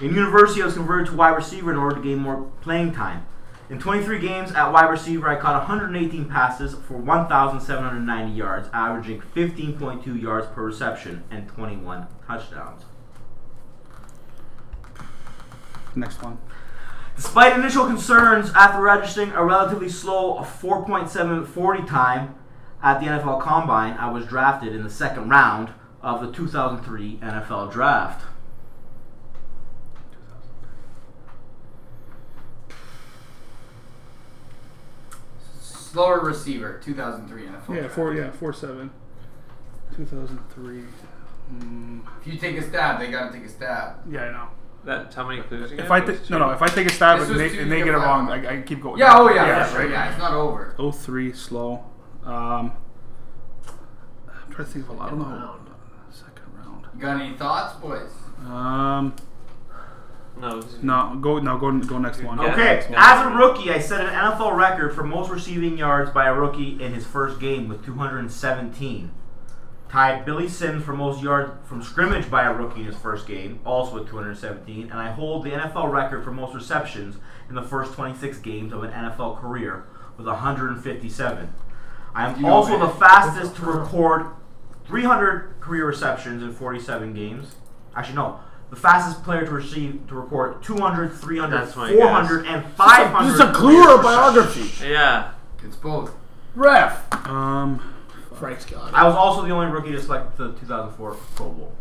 In university, I was converted to wide receiver in order to gain more playing time. In 23 games at wide receiver, I caught 118 passes for 1,790 yards, averaging 15.2 yards per reception and 21 touchdowns.
Next one.
Despite initial concerns after registering a relatively slow 4.740 time at the NFL Combine, I was drafted in the second round of the 2003 NFL Draft.
Slower receiver, 2003 NFL.
Yeah,
draft.
four. Yeah, four seven. Two thousand three. Mm,
If you take a stab, they gotta take a stab.
yeah, I know.
That's how many clues you
If
got?
I take no, no. If I take a stab
This
and
was
they, and they
Tuesday
get it
or
wrong,
Friday.
I, I keep going.
Yeah, oh yeah, yeah,
yeah.
sure, yeah, it's not over.
03 slow. Um, I'm trying to think of a lot. I don't know. Second round.
You got any thoughts, boys?
Um,
No, this is-
no, go no go go next one.
Yeah,
Okay,
that's
as a rookie, I set an NFL record for most receiving yards by a rookie in his first game with 217. Tied Billy Sims for most yards from scrimmage by a rookie in his first game, also with 217, and I hold the NFL record for most receptions in the first 26 games of an NFL career with 157. I am
You know,
also the
man.
fastest to record 300 career receptions in 47 games. Actually, no. The fastest player to receive to record 200, 300,
That's my
400, and
This
500.
is a clue or a biography.
Yeah.
It's both.
Ref.
Um,
Frank's got it.
I was also the only rookie to select the 2004 Pro Bowl.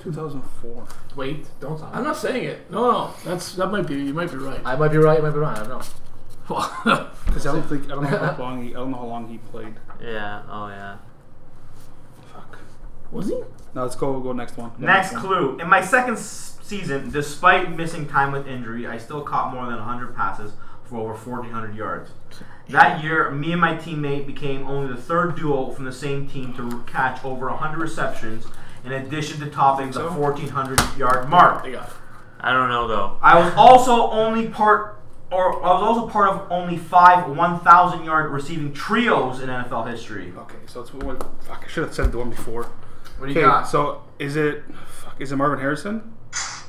2004.
Wait, don't stop.
I'm not saying it. No, no. That's that might be. You might be right.
I might be right. You might be wrong. I don't know.
Because I don't think I don't know how long he I don't know how long he played.
Yeah. Oh yeah.
Fuck.
was he?
No, let's go go next one. Go
Next
one.
clue. In my second s- season, despite missing time with injury, I still caught more than 100 passes for over 1,400 yards. That year, me and my teammate became only the third duo from the same team to catch over 100 receptions, in addition to topping the 1,400 yard mark.
I got it.
I don't know though.
I was also only part, or I was also part of only five 1,000 yard receiving trios in NFL history.
Okay, so it's one. Fuck, I should have said the one before.
What do you
Okay,
got?
so is it? Fuck, is it Marvin Harrison?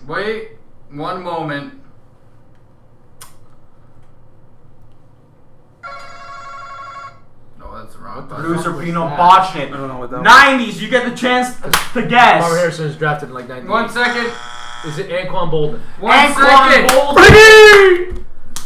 Wait one moment. No, that's the wrong. button.
Producer Pino
that?
botched it.
I don't know what that.
90s, you get the chance to
Marvin
guess.
Harrison is drafted in like 98.
One second.
Is it Anquan Bolden?
One
Anquan
second.
Boldin.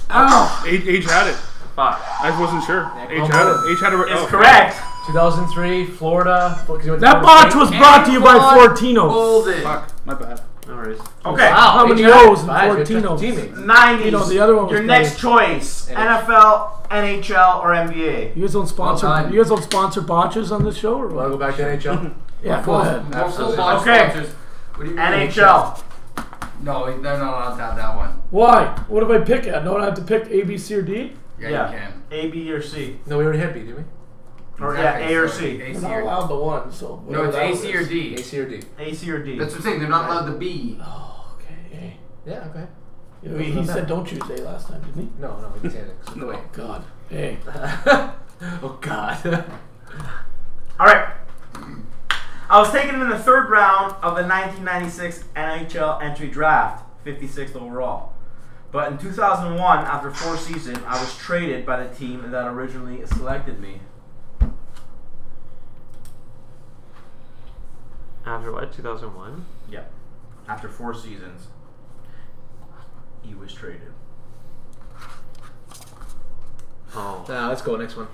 was. Age, age had it.
Fuck.
I wasn't sure. Age
Cole
had
Porter.
it. Age had it.
is
oh.
correct.
2003, Florida. Because he went to
That
Florida
botch
State.
was brought to you by
Anquan
Fortino.
Bolden.
Fuck, my bad.
No worries.
Okay.
Wow,
How many
Age had it.
O's and
Guys, you're just
14 O's?
teammates.
90s.
You know, the other one was
Your next choice NFL, NHL, or NBA.
You guys don't sponsor.
Well done.
you guys don't sponsor botches on this show, or
Want to go
what?
back to NHL?
Yeah, go ahead.
We're full
Absolutely.
box
Okay.
sponsors. What do you mean?
NHL.
No, they're not allowed to have that one.
Why? What if I pick it? I don't have to pick A, B, C, or D.
Yeah, you
Yeah.
can.
A, B, or C.
no, we already hit B, did we?
Or
Exactly,
yeah, A or
so
C.
AC
You're not
or
allowed the one, so
No, it's A, C, or D.
A, C, or D?
A, C, or D.
That's what I'm saying. They're not allowed to be.
Oh, Okay.
Yeah, okay.
You know, he, he said don't choose A last time, didn't he?
No, no, we can't. Except the way.
God. Hey.
oh, God.
All right. I was taken in the third round of the 1996 NHL entry draft, 56th overall. But in 2001, after four seasons, I was traded by the team that originally selected me.
After what? 2001.
Yep. After four seasons, he was traded.
Oh.
Nah, let's go. Next one.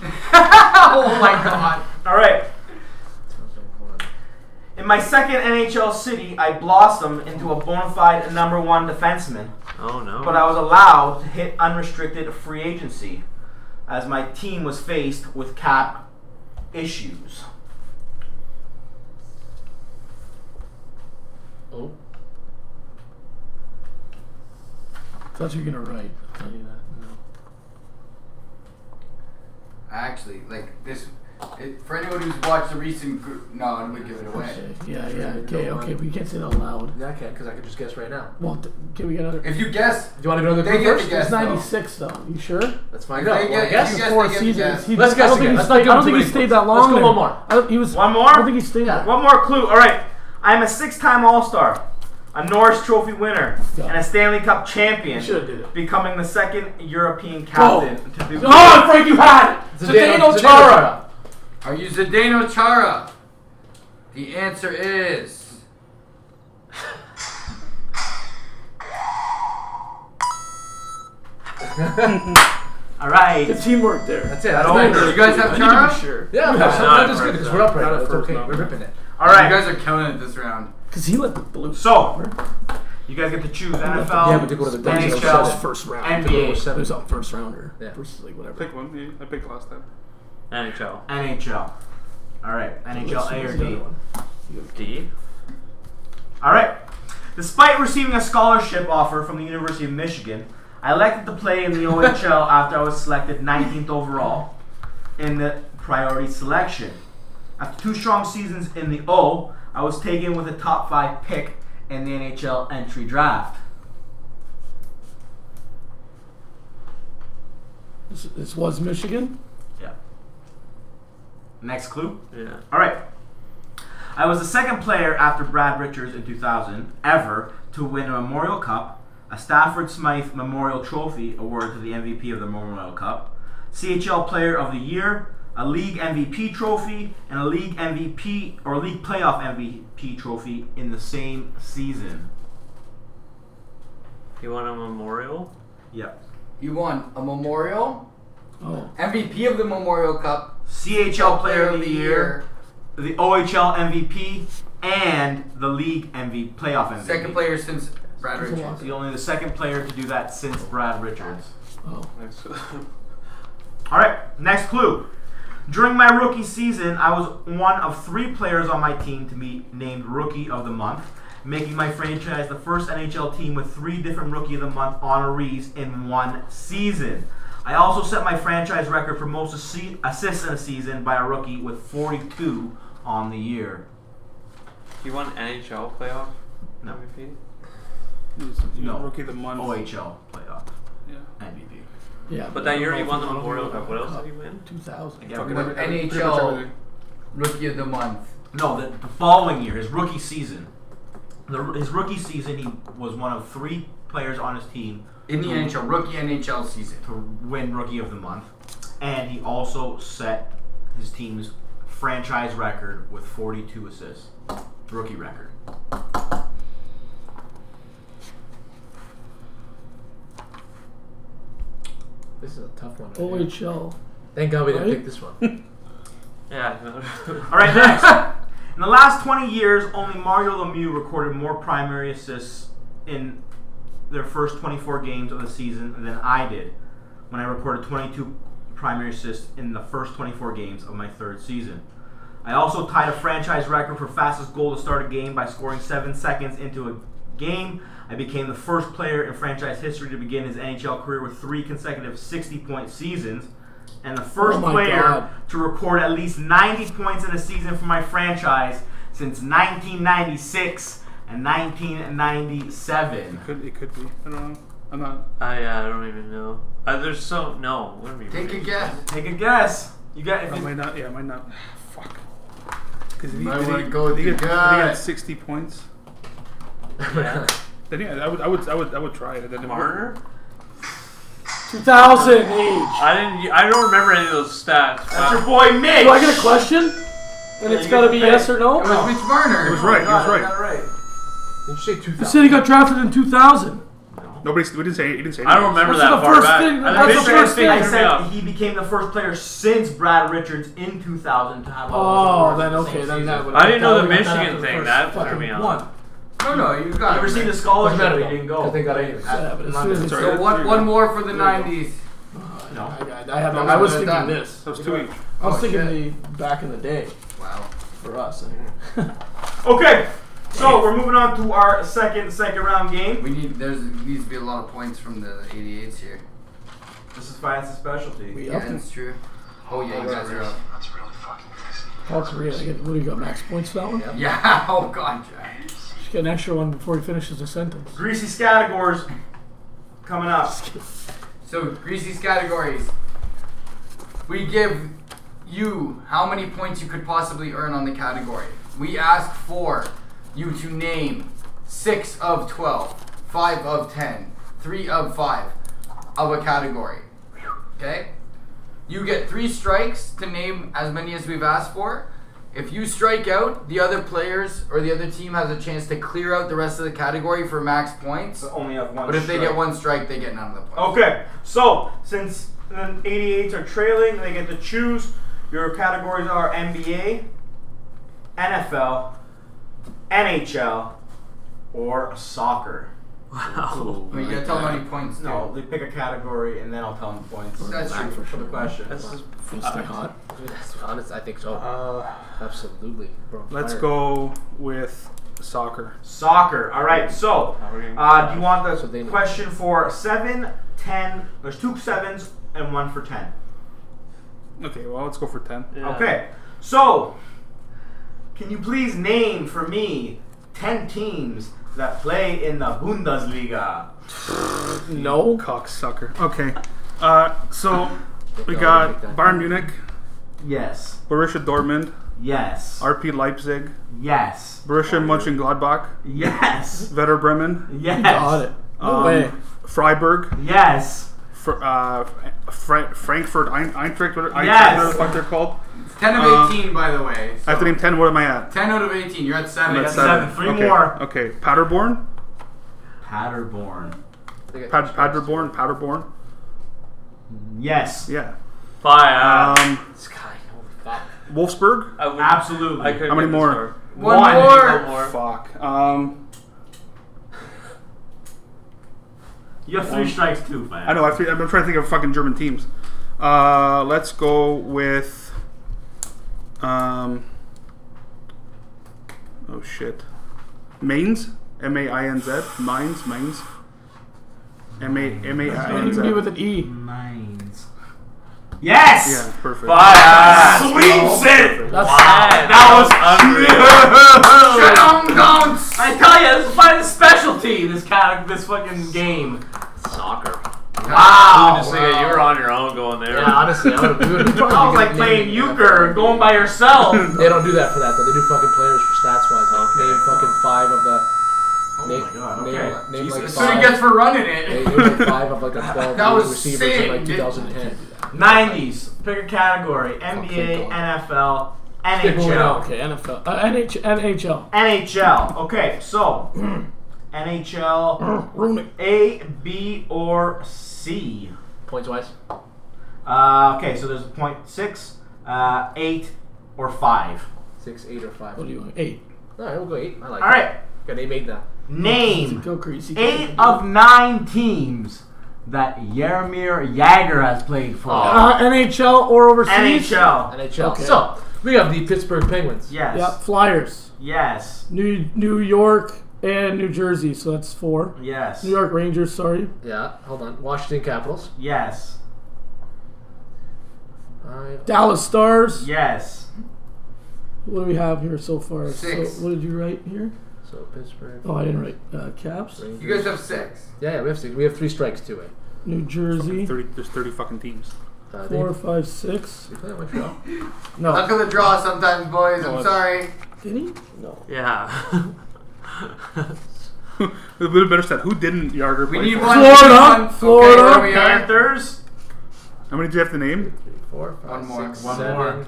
Oh my god.
All right. In my second NHL city, I blossomed into a bona fide number one defenseman.
Oh no.
but I was allowed to hit unrestricted free agency as my team was faced with cap issues.
Oh.
Thought you were gonna write. I'll tell you that.
Actually, like this, it, for anyone who's watched the recent, gr- no, I'm gonna give it away.
Yeah, yeah. Okay, okay. We can't say that out loud.
Yeah, I can, because I can just guess right now.
Well, th- can we get another?
If you guess,
Do you want to go to the
They
group
get to
first?
guess.
It's '96 though. You sure?
Let's find
If
out.
they
Well, I
get-
guess.
if you guess-
Four
they
seasons.
guess.
He,
Let's
I don't
guess
think
again.
he
Let's
stayed,
not
I
give him
don't
too
think he
many
stayed
clues.
that long.
Let's go
there.
one more.
I don't, he was.
One more?
I don't think he stayed that.
One more clue. All right. I'm a six-time All-Star, a Norris Trophy winner, and a Stanley Cup champion.
Should've did it.
Becoming the second European captain to do.
Oh, Frank, you had it.
Zdeno-
Zdeno Chara.
Are you Zdeno Chara? The answer is.
All right.
The teamwork there.
That's it. That's
all.
nice.
Do you guys have Chara? You
Yeah, no,
That's
sometimes
not
it's good
right,
because
though.
we're up right
Not
now.
at
It's
first,
okay.
no.
We're ripping it.
All right.
guys are killing it this round.
Cause he left the blue.
so you guys get to choose NFL,
Yeah, we did go to the Dungeons and Dragons
NHL,
first round.
NBA,
It was on first rounder.
Yeah.
Versus like whatever.
Pick one. yeah, I picked last time.
NHL.
NHL. All right. NHL A or
What's the other
D.
one?
D.
All right. Despite receiving a scholarship offer from the University of Michigan, I elected to play in the OHL after I was selected 19th overall in the priority selection. After two strong seasons in the O, I was taken with a top five pick in the NHL entry draft.
This, this was Michigan.
Yeah. Next clue.
Yeah.
All right. I was the second player after Brad Richards in 2000 ever to win a Memorial Cup, a Stafford Smythe Memorial Trophy award to the MVP of the Memorial Cup, CHL Player of the Year, a League MVP trophy, and a League MVP or League Playoff MVP trophy in the same season.
You want a memorial?
Yep.
You won a memorial,
Oh,
MVP of the Memorial Cup,
CHL Player of the Year, the OHL MVP, and the League MVP Playoff MVP.
second player since Brad
That's a
Richards.
lot.
He's only the second player to do that since Brad Richards.
oh.
Nice.
All right, next clue. During my rookie season, I was one of three players on my team to be named Rookie of the Month, making my franchise the first NHL team with three different Rookie of the Month honorees in one season. I also set my franchise record for most assi- assists in a season by a rookie with 42 on the year.
You want NHL playoff
No.
MVP?
No.
Rookie of the month.
OHL playoff
Yeah.
MVP.
Yeah.
But that year you won the Memorial Cup. What else did you win?
2000.
Yeah,
With
Pretty much
NHL
everything.
Rookie of the Month.
No, the, the following year, his rookie season. The, his rookie season, he was one of three players on his team
In the NHL, rookie NHL season.
to win Rookie of the Month, and he also set his team's franchise record with 42 assists, rookie record.
This is a tough one. right here.
OHL.
Thank God we didn't
Right?
pick this one.
Yeah.
All right, next. In the last 20 years, only Mario Lemieux recorded more primary assists in their first 24 games of the season than I did when I recorded 22 primary assists in the first 24 games of my third season. I also tied a franchise record for fastest goal to start a game by scoring seven seconds into a game. I became the first player in franchise history to begin his NHL career with three consecutive 60 point seasons, and the first
Oh my
player
God.
to record at least 90 points in a season for my franchise since 1996 and 1997.
Could it could be? I don't know. I'm not.
I uh, I don't even know. Uh, there's so no. Wouldn't be
Take a
right.
guess.
Take a guess. You got
Oh,
if
I
you-
might not. Yeah, I might not. Fuck. Because
Might wanna go with your
get, did he get
gut.
60 points.
Yeah.
Then yeah, I would, I would, I would, I would try it. and Then
Marner?
2000 age. Do
I didn't. I don't remember any of those stats.
That's
but-
your boy Mitch.
I get a question? And it's
you
got to
get
be
to pick.
yes or
It
no?
was Mitch Marner.
He was right. He
Oh,
was right.
All right.
Did you say two
You said
thousand?
he got drafted in 2000.
Nobody. We didn't say. He didn't say.
I don't remember
That's
that
the
far
first
back.
thing-
I
that's the
think
first
Mitch
thing I
Marner
I
threw me
said
off.
he became the first player since Brad Richards in 2000 to have all those awards
Oh,
in the
then
same
okay, then
season.
that would.
I didn't know the
that would've got
Michigan
after the
thing,
first
that threw
fucking
me off.
one.
No, no, you got
He
it.
received a
Doesn't
scholarship,
matter
but
though,
he didn't go.
'cause they got eight.
Yeah, but as soon as it's
Sorry.
So one, one more for the
There
'90s.
No,
No.
I, I, I, have, I was
Done.
thinking this.
That was two each.
I was
Oh,
thinking
shit.
the back in the day
Wow.
for us. Anyway.
Okay. So we're moving on to our second second round game.
We need there's needs to be a lot of points from the 88s here.
This is Fiance's specialty.
yeah, that's true. Oh yeah, you guys are up.
That's really good. What do you got? Max points for that one?
Yeah. Oh god, Jack.
Just get an extra one before he finishes the sentence.
Greasy Scatagores coming up.
So Greasy's categories. We give you how many points you could possibly earn on the category. We ask for you to name six of 12, five of 10, three of five of a category. Okay? You get three strikes to name as many as we've asked for. If you strike out, the other players or the other team has a chance to clear out the rest of the category for max points.
Only have one.
But if they get
strike.
one strike, they get none of the points.
Okay, so since the 88s are trailing, they get to choose. Your categories are NBA, NFL, NHL, or soccer.
Wow.
Well, you gotta tell them how many points. dude.
No, they pick a category and then I'll tell them points.
That's true.
for the question.
Stay hot.
That's honest. I think so. Absolutely, bro.
Let's go with soccer.
Soccer. All right. So, uh, do you want the
So they know.
question for seven, ten? There's two sevens and one for ten.
Okay, well, let's go for 10.
Okay. So, can you please name for me 10 teams that play in the Bundesliga?
No.
Cocksucker. Okay. Uh, so we got Bayern Munich,
Yes.
Borussia Dortmund,
Yes.
RP Leipzig,
yes.
Borussia Mönchengladbach,
Yes.
Werder Bremen,
Yes.
Got it. No
um,
way.
Freiburg,
Yes.
Fr- uh, Fra- Frankfurt, Ein- Eintracht, whatever, Eintracht,
Yes.
whatever the fuck they're called.
It's 10 of
Uh,
18, by the way.
I
So
have to name 10. What am I at?
10 out of 18. You're at 7.
I'm
You're
at
at
seven. Three
okay.
more.
Okay. Paderborn?
Paderborn.
Pad- Paderborn? Paderborn?
Yes.
Yeah.
Uh,
Fire.
Um,
This guy. Holy fuck.
Wolfsburg?
I would,
Absolutely.
I could
How many
get this
more?
far.
One,
One.
more.
more.
Fuck. Um,
You have three strikes too, man.
I know. I've, I'm trying to think of fucking German teams. Uh, let's go with. Um, oh shit, Mainz. M A I N Z. Mainz. Mainz. M A M A I N
Even
Z.
me with an E.
Mines. Yes. Ah,
Yeah, perfect.
Fire. Sweeps it.
That's
That was
Shut up, Gons.
I tell you, this is my specialty. This kind of this fucking game. Soccer.
Wow.
Honestly, you were on your own going there.
Yeah, honestly, I would have.
I was like playing euchre, going by yourself.
They don't do that for that though. They do fucking players for stats wise. Like name fucking five of the. Oh name, my
God,
Name,
okay.
name like
That's what he
five.
gets for running
they
it.
name like five of like the twelve
That was
receivers in
sick,
like
dude.
2010.
90s. Pick a category:
Fucking
NBA,
God.
NFL,
Stick with it
NHL.
out.
okay. NFL. Uh, NH- NHL.
NHL. Okay, so NHL
Rooney.
A, B, or C.
Points wise.
Uh, okay, so there's point six, uh, eight, or five.
Six, eight, or five.
What
All
do you want? Eight.
right, we'll go eight. I like.
All right,
It. Got name eight now.
name
Go crazy.
eight of nine teams that Yaramir Yager has played for.
Uh, NHL or overseas.
NHL.
NHL.
Okay.
So
We have the Pittsburgh Penguins.
Yes.
Yeah. Flyers.
Yes.
New New York and New Jersey. So that's four.
Yes.
New York Rangers. Sorry.
yeah, hold on. Washington Capitals.
Yes.
Uh,
Dallas Stars.
Yes.
What do we have here so far?
Six.
So what did you write here?
so Pittsburgh.
Oh, I didn't write uh, Caps.
You guys have six.
Yeah, yeah, we have six. We have three strikes too. Eh?
New Jersey.
Thirty. There's thirty fucking teams.
Uh, they,
Four, five, six.
they play at Montreal.
No.
Luck of the draw sometimes, boys. I'm sorry.
Did he? No.
Yeah.
we would have better said who didn't Yager
We
play
need
for?
one.
Florida,
we need one.
Florida,
Okay, where we are.
Panthers.
How many do you have to name?
Four, five,
One more.
six,
One
seven.
more.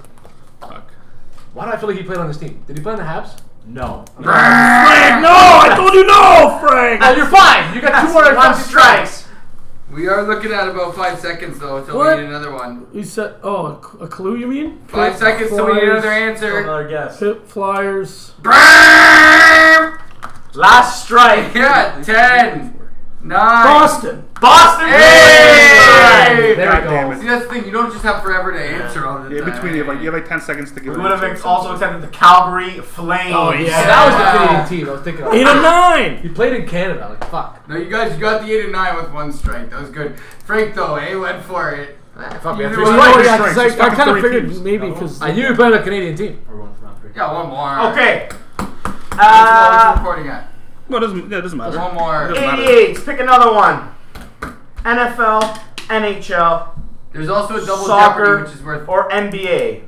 Fuck.
Why do I feel like he played on this team? Did he play on the Habs?
No.
Frank, no! I told you no, Frank!
you're fine. You got two more
One strikes.
We are looking at about five seconds, though, until
What?
we need another one.
You said, oh, a cl- a clue, you mean?
Five
Pit
seconds till we need
Flyers-
another answer.
Another guess.
Pit Flyers.
Brrrr!
Last strike.
Yeah, 10, Nine.
Boston.
Boston.
Hey!
There
There
we
we
go.
go.
See, that's the thing. You don't just have forever to answer all the
Yeah, in
time.
between you have like you have like ten seconds to give.
We would have ex- also accepted the Calgary Flames.
Oh yeah, that was the Canadian team. I was thinking.
Eight and
nine.
He played in Canada. Like fuck.
No, you guys, you got the eight and nine with one strike. That was good. Frank though, eh, went for it.
fuck, we
Either
have
way,
three strikes.
yeah,
Three
Because I, I
fucking
kind of
three
figured
teams.
maybe because
I knew you played a Canadian
team.
one more.
Okay.
That's what I was
Uh,
recording at.
Well, it doesn't, yeah, it doesn't matter.
One more.
It doesn't matter.
88s. Pick another one. NFL, NHL.
There's also a double
soccer,
jeopardy, which is worth.
or NBA.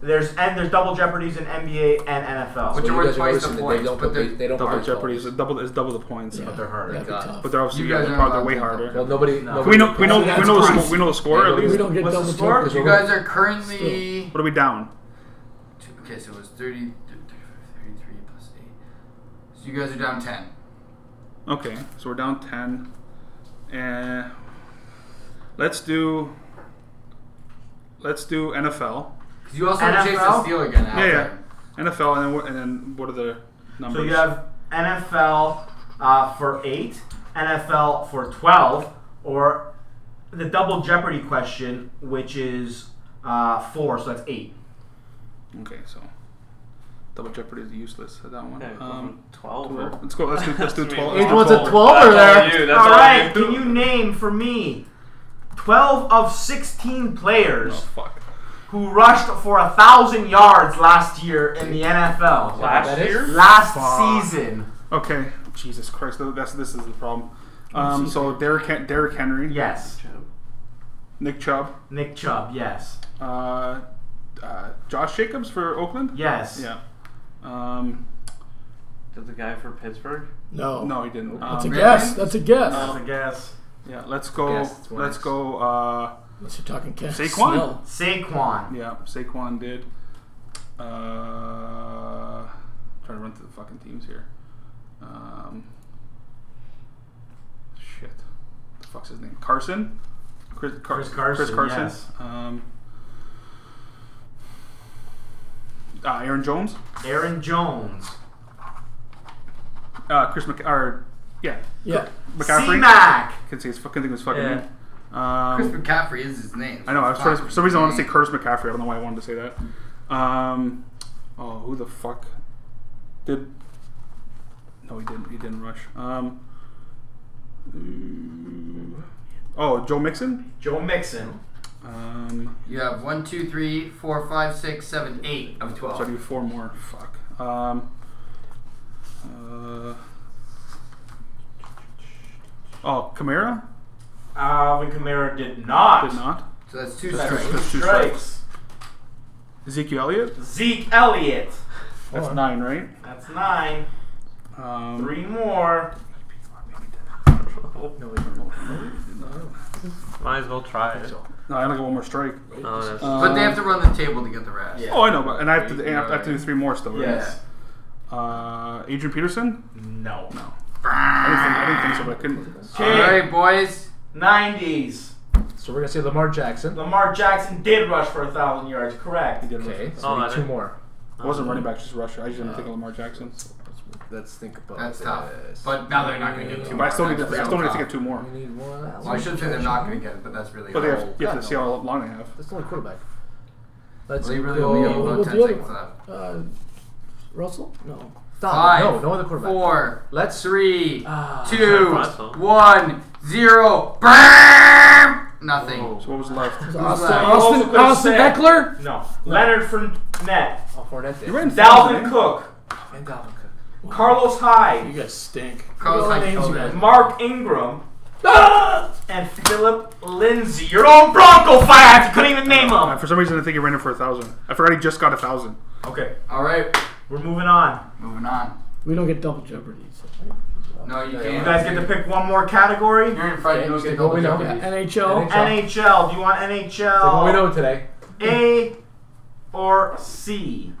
There's and there's double jeopardies in NBA and NFL.
Which
So
are
you
worth
guys are
twice the
noticing
that they
points,
don't
but
put
they're
these- they don't
Double
find
Jeopardy is double is double the points, but they're harder.
That'd be tough.
But they're obviously
You
yeah,
guys
they're,
aren't
probably
allowed
way
to
harder.
Well, nobody-
Can
nobody-
we know we know
That's
we know the
crazy.
score. We know the score
Yeah,
at
we
least.
don't get What's the double score? jeopardies.
You guys are currently.
What are we down?
Okay, so it was 30, 33 plus 8. So you guys are down 10.
Okay, so we're down ten, and let's do let's do NFL.
'Cause you also have a chance to
NFL?
steal again.
Yeah, yeah, NFL, and then what- and then what are the numbers?
So you have NFL uh, for eight, NFL for twelve, or the double jeopardy question, which is uh, four. So that's eight.
Okay, so double jeopardy is useless at that one.
Okay, go
um,
from 12 or-
Let's go. Let's do. Let's do
That's me.
twelve.
Each
Let's do
one's a
12 or there?
you, that's
all
all
right.
you.
Can you name for me twelve of sixteen players
Oh, fuck.
who rushed for a thousand yards last year in the NFL?
Last year?
Last
Fuck.
season.
Okay. Jesus Christ. th- That's this is the problem.
Oh,
Um, so Derrick Hen- Derrick Henry.
Yes.
Nick Chubb.
Nick Chubb. Yes.
Uh, uh, Josh Jacobs for Oakland.
Yes.
Yeah. Um,
Did the guy for Pittsburgh?
No.
no, he didn't.
That's a
Um,
guess. That's a guess.
That's a guess.
Yeah. Let's go.
Guess, it's
let's
worse.
go. Uh,
Unless you're talking Cash Snell.
Saquon?
Saquon.
yeah. Saquon did. Uh, trying to run through the fucking teams here. Um, shit. The fuck's his name? Carson. Chris, Car-
Chris Carson,
Chris Carson.
yes.
Um, uh, Aaron Jones.
Aaron Jones.
Uh, Chris Mc- or yeah,
Yeah.
McCaffrey.
C-Mac.
Can see his fucking thing was fucking
Yeah.
name. Um,
Chris McCaffrey is his name.
I know. I was trying, for some reason, I want to say
Fucking
Curtis McCaffrey. I don't know why I wanted to say that. Um, oh, who the fuck did? No, he didn't. He didn't rush. Um, ooh. oh, Joe Mixon.
Joe Mixon.
Um,
You have one, two, three, four, five, six, seven, eight of
so I
12.
do four more. Fuck. Um, uh, oh, Kamara
Alvin Kamara did not.
did not.
So that's two
Just two,
strikes.
just two strikes.
Strikes.
Ezekiel Elliott.
Zeke Elliott.
That's nine, right?
That's nine.
Um,
Three more.
Might as well try it.
No, I only got one more strike.
Oh,
No, that's-
But they
Um,
have to run the table to get the rest.
Yeah.
Oh, I know, but and I have to,
You
and I have to- I have to do
know,
three more still. Right?
Yes.
Uh, Adrian Peterson.
No. No.
I didn't, think, I didn't think so, but I couldn't.
All right, boys.
90s.
So we're gonna say Lamar Jackson.
Lamar Jackson did rush for a thousand yards. Correct.
Okay. So
Oh,
we need
that
two
is-
more.
It wasn't running back, just rusher. I just didn't think of Lamar Jackson.
Let's think about
That's
this.
tough. But now they're not going to get two
But I
more.
still need to.
That's
I
real
still need to
tough.
think of two more.
We need one.
Well, I should say they're not going to get it, but that's really
But they
how-
have, you have to see how long they have.
That's the only quarterback. Let's
They really
go
only have about
with
10
the other
seconds
one.
left.
Uh, Russell? No.
Five.
No, no other quarterback.
Four.
Let's-
three,
Ah.
two,
Russell.
one, zero. Bam! Nothing.
So what was left?
Austin-
Austin-
Austin,
Austin
Eckler?
No. Leonard Fournette.
Oh, Fournette.
You ran
Dalvin Cook.
And Dalvin Cook.
Carlos Hyde.
You guys stink.
Carlos
Look at all the
Hyde
names you
killed
guys-
Mark Ingram. And Philip Lindsay. Your own Bronco fire. You couldn't even name
Uh,
them.
for some reason, I think he ran in for a thousand. I forgot he just got a thousand.
Okay.
All right,
We're moving on.
moving on.
We don't get double jeopardy. So.
No, you
You
can't.
guys get to pick one more category.
You're in front. You don't
Okay,
get
what
double
we know.
jeopardy.
NHL.
NHL. Do you want
What we
NHL
know today.
A or C?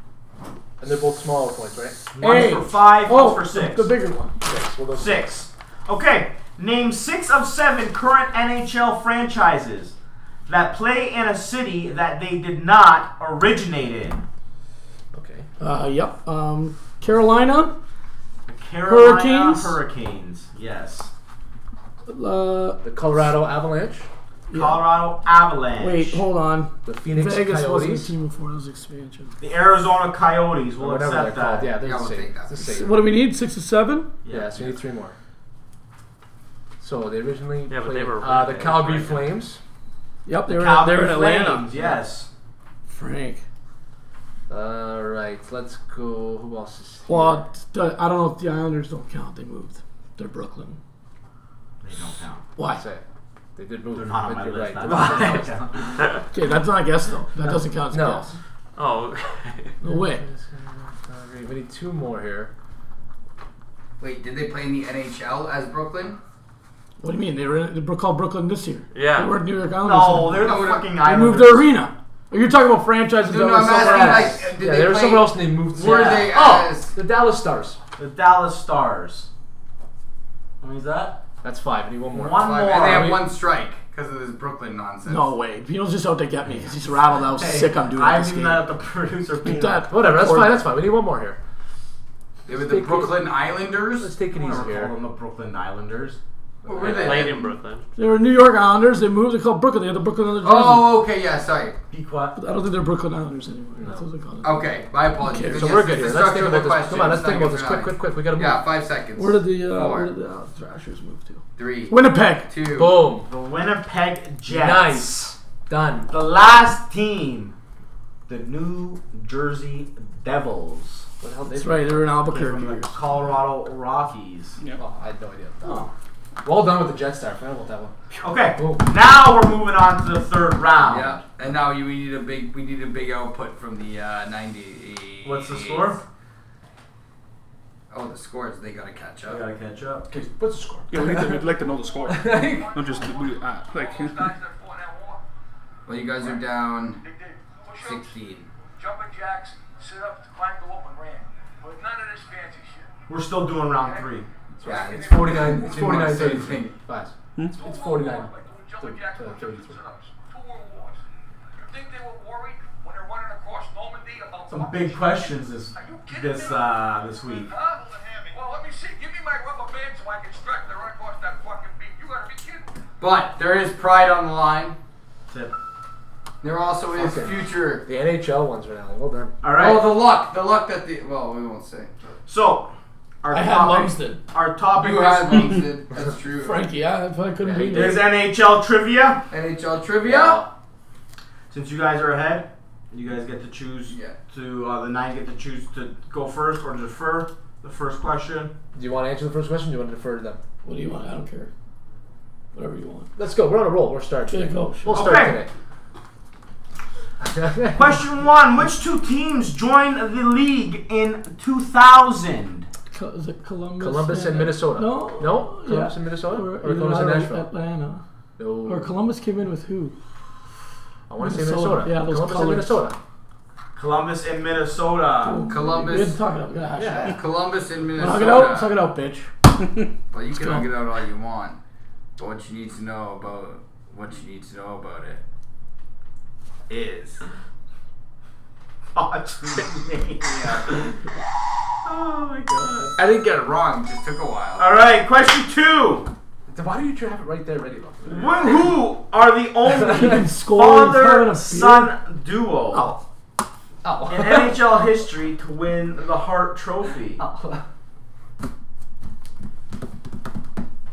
And they're both smaller points, right?
One's for five,
Oh,
one's for six.
The bigger one. Six. Well, those-
Six. Okay. Name six of seven current NHL franchises that play in a city that they did not originate in.
Okay. Uh, yep. Um, Carolina.
Carolina
Hurricanes?
Hurricanes. Yes.
Uh,
the Colorado Avalanche.
Colorado Avalanche.
Wait, hold on.
The Phoenix
Vegas wasn't a
Coyotes.
team before. It was expansion.
The Arizona Coyotes will
Or whatever
accept
they're called.
that.
Yeah, they're
Yeah,
the
we'll
same.
take that.
The same.
What do we need? Six or seven?
Yeah, so you need three more. So they originally
Yeah, but
played
they were
uh, the
right
Calgary
there.
Flames.
Yep, they
The
were, in- they were in
Calgary
Atlanta.
Flames, yes.
Frank.
All right, let's go. Who else is? Here?
Well, it's the- I don't know if the Islanders don't count. They moved. They're Brooklyn.
They don't count.
Why?
That's it. They did move.
They're not on
but
my
you're
list.
right.
That's
They're
why.
Okay, that's not a guess though. That doesn't count as a
No.
guess.
Oh,
No way.
Calgary. We need two more here.
Wait, did they play in the NHL as Brooklyn?
What do you mean? They were, in, they were called Brooklyn this year.
Yeah.
They were New York Islanders.
No,
then.
they're the
No, no.
fucking
they
Islanders.
moved their arena. Or you're talking about franchises
Dude,
that
no,
were
I'm
somewhere
asking,
else.
like, did
yeah,
they
there was
play-
somewhere else and they moved. to.
Were
Yeah.
they
Oh,
as?
the Dallas Stars.
The Dallas Stars. What means that?
That's five. I need one more.
One more.
Five, and they have
We-
one strike because of this Brooklyn nonsense.
No way. Pino's just out to get me because he's rattled. I was
Hey,
sick. I'm doing
I'm
this game.
that at the producer. Peanut.
that.
Whatever. That's
Or-
fine. That's fine. We need one more here.
They were the
take it-
Brooklyn Islanders.
Let's take
I
it
don't
easy
ever call
here.
them the Brooklyn Islanders.
What
they
were they?
played in Brooklyn.
They were New York Islanders. They moved. They called Brooklyn. They had the Brooklyn Islanders.
Oh, okay, yeah, sorry.
Be quiet.
jersey. I don't think they're Brooklyn Islanders anymore. That's what they call them.
Okay, my apologies.
Okay,
Then
So
yes,
we're
it's
good
the
here. Let's
structure
think
of the
about this. Come on.
question.
Let's think about
It's
this.
not
Quick,
even valid.
quick, quick. We gotta move.
Yeah, five seconds.
Where did the uh,
Four,
where did the uh, Thrashers move to?
three,
Winnipeg.
two,
Boom.
The Winnipeg Jets.
Nice. Done.
The last team, the New Jersey Devils.
What the hell did
That's
they
right. They were in
They're From the
Albuquerque.
Colorado Rockies.
do? Oh, I had no idea. Well done with the Jets there. I forgot about that one.
Okay,
Boom.
now we're moving on to the third
Oh.
round.
Yeah, and now you, we need a big we need a big output from the uh, ninety.
What's the score?
Oh, the scores they gotta catch
I
up.
gotta catch up.
Okay, what's the score?
Yeah, we need to, we'd like to know the score. Not just we, uh, like.
Well, you guys are down sixteen.
Jumping jacks, sit up, climb, go up, and ran. But none of this fancy shit.
We're still doing round three.
Yeah, it's
49. It's
Two more
49.
same
33.
thing.
Five. It's
Like
49.
doing jumping jacks,
Uh, 33.
sit-ups. Two world wars. You think they were worried when they're running across Normandy about
Some big questions this this uh, this week.
Huh? Well, let me see. Give me my rubber band so I can strap the run across that fucking beat. You gotta be kidding. me.
But there is pride on the line.
That's it.
There also is
Okay.
future.
The NHL ones right now. Well done.
All right.
Oh, the luck, the luck that the well, we won't say.
so our
I had
topic,
Lumsden.
our topic
You
this
had
week
Lumsden. That's true.
Frankie, I, if I couldn't
Yeah,
be
he
there.
is NHL trivia.
NHL trivia.
Since you guys are ahead, you guys get to choose.
Yeah.
To uh, the nine get to choose to go first or defer the first question.
Do you want to answer the first question? Or do you want to defer to them?
What do you want? I don't care. Whatever you want.
Let's go. We're on a roll. We're starting.
Okay,
Today.
go.
We'll start
Okay.
today.
Question one: Which two teams joined the league in 2000?
Co- is it Columbus?
Columbus and Minnesota.
No.
No? Columbus
Yeah.
and Minnesota?
Or,
Or
either
Columbus and
that or
Nashville?
Atlanta.
No.
Or Columbus came in with who?
I want to say
Minnesota.
Minnesota.
Yeah, those
Columbus
colors.
and Minnesota.
Columbus and Minnesota.
Columbus.
We didn't talk it out. We gotta hash it out.
Yeah.
Columbus and
Talk it out. Talk
Minnesota.
it out, bitch.
Well, you can
go.
hug it out all you want, but what you need to know about what you need to know about it is.
Botsmania. oh my god.
I didn't get it wrong. It just took a while.
Alright, question two.
Why do you have it right there ready? Look.
Who, who are the
You can
only
score and throw in
father
a
son duo in
Oh.
NHL history to win the Hart Trophy?
Oh.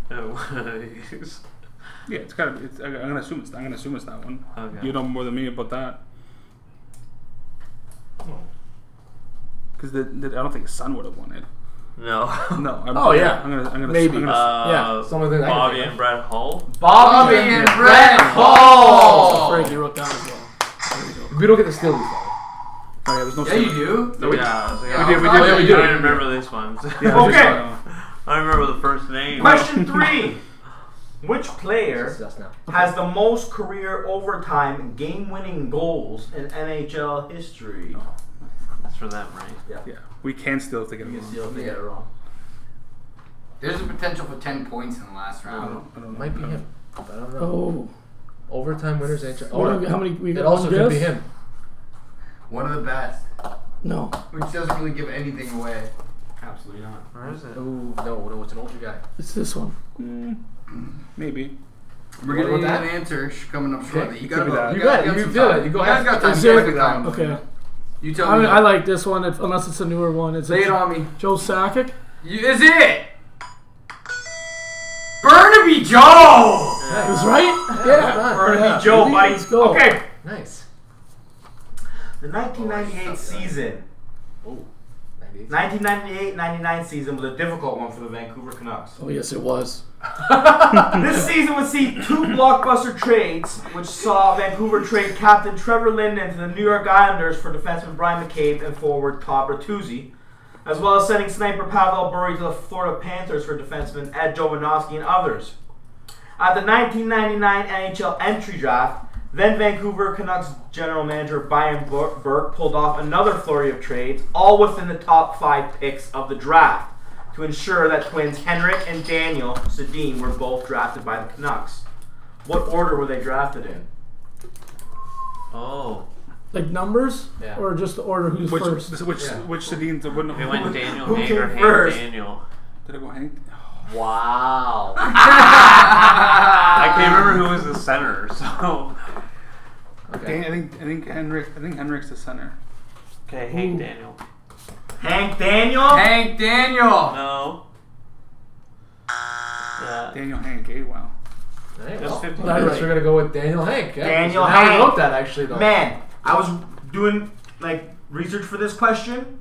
Oh,
Yeah, it's gotta. Be, it's, I- I'm gonna assume it's. I'm gonna assume it's that one.
Okay.
You know more than me about that. Because the, the, I don't think his son would have won it.
no.
No. I'm,
Oh, yeah.
I'm gonna. I'm gonna.
Maybe.
I'm gonna,
Uh,
Yeah,
some of the- I can
Bobby
think of.
and Brett Hull.
Bobby and Brett
Oh,
Hall.
Frankie wrote down as well.
We don't get the Steelers though.
oh, yeah, there's no
Yeah, you do.
No, we,
yeah, so yeah,
We did, we
I-
did, yeah, we did.
I don't remember these ones.
yeah, I just
Okay.
thought, uh,
I remember the first name.
Question three. Which
It's
player
us now.
has the most career overtime game winning goals in NHL history?
That's for them, right?
yeah, we can still take it.
You can
along.
still get it wrong.
There's a potential for ten points in the last round.
I don't know.
Might be him. But I don't know.
Oh,
Overtime winners.
What
NHL.
do
Oh,
we- how many- we
It
got
also
one
could be
guess?
him.
One of the best,
no.
which doesn't really give anything away.
Absolutely not.
Where is it?
Ooh, no, no, it's an older guy.
It's this one.
Maybe.
We're gonna
What about
need
that?
an answer sh- coming up shortly. You
it
gotta
could be
vote.
that.
You got it.
got
You
some
feel
time.
it. You go
You guys
ahead.
got time.
Is
You guys
there-
got time.
Okay.
You
I,
tell me.
mean, I like this one, if, unless it's a newer one. It's
Lay
a,
it on me.
Joe Sakic.
You- Is it? Burnaby Joe.
Is right?
Yeah, well done.
Burnaby
Yeah.
Joe Mike.
Let's go.
Okay.
Ah, Nice.
The 1998 season.
Oh, 98.
1998-99 season was a difficult one for the Vancouver Canucks.
Oh yes, it was.
This season would see two blockbuster trades, which saw Vancouver trade captain Trevor Linden to the New York Islanders for defenseman Brian McCabe and forward Todd Bertuzzi, as well as sending sniper Pavel Bury to the Florida Panthers for defenseman Ed Jovanovski and others. At the 1999 NHL entry draft, then Vancouver Canucks general manager Brian Bur- Burke pulled off another flurry of trades, all within the top five picks of the draft, to ensure that twins Henrik and Daniel Sedin were both drafted by the Canucks. What order were they drafted in?
Oh.
Like numbers,
Yeah.
or just the order who's
Which
first.
which which,
Yeah.
which Sedin's the window?
It went Daniel
who
Hager,
came
Hank
first?
Daniel.
Did it go Hank?
Wow.
I can't remember who was the center, so.
Dan- I think I think Henrik I think Henrik's the center.
Okay, Hank Daniel.
Hank Daniel?
Hank Daniel.
No. Uh,
Daniel Hank. Eh? Wow.
Hey,
That's
well,
50.
I guess we're gonna go with Daniel Hank. Yeah.
Daniel
So now
Hank.
I wrote that actually though.
Man, I was doing like research for this question.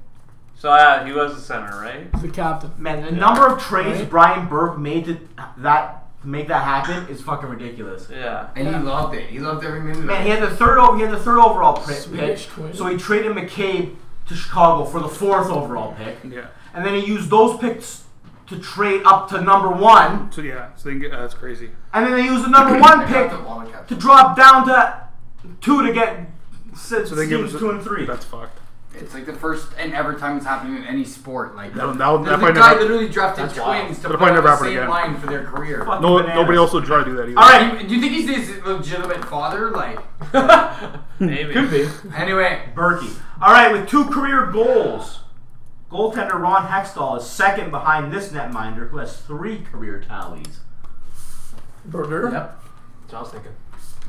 so uh, he was the center, right?
the captain.
Man, the number of trades Brian Burke made to that to make that happen is fucking ridiculous.
Yeah.
And he loved it. He loved every minute.
Man,
of
he
it.
had the third over. He had the third overall pri-
Swedish
pick.
twin.
So he traded McCabe to Chicago for the fourth overall pick,
Yeah.
and then he used those picks to trade up to number one,
So yeah. So they can get, uh, that's crazy.
and then they used the number one
I
pick
got the ball and
to
kept it.
drop down to two to get six,
So they give us a-
two and three.
That's fucked.
It's like the first and ever time it's happening in any sport. Like
That- that would-
there's
that
a
might
guy
never-
literally drafted
That's wild.
twins to
That'll
put
probably
on
never
the
happen
same
again.
line for their career.
Fucking
No,
bananas.
nobody else would try to do that either.
All right.
Do you- do you think he's his legitimate father? Like
Maybe.
Could be.
anyway,
Berkey. All right, with two career goals, goaltender Ron Hextall is second behind this netminder, who has three career tallies.
Burger.
Yep. That's what I was thinking.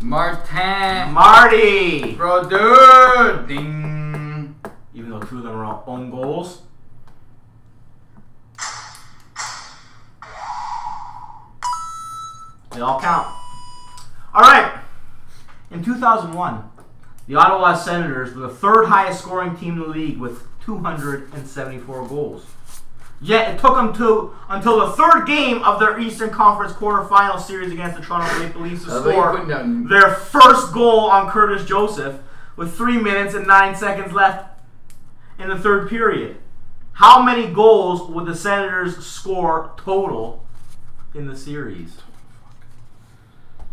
Martin.
Marty,
Bro, dude. Ding.
even though two of them are own goals. They all count. All right. In 2001, the Ottawa Senators were the third highest scoring team in the league with 274 goals. Yet it took them to until the third game of their Eastern Conference quarterfinal series against the Toronto Maple Leafs to
I thought you
score
put down-
their first goal on Curtis Joseph with three minutes and nine seconds left in the third period. How many goals would the Senators score total in the series?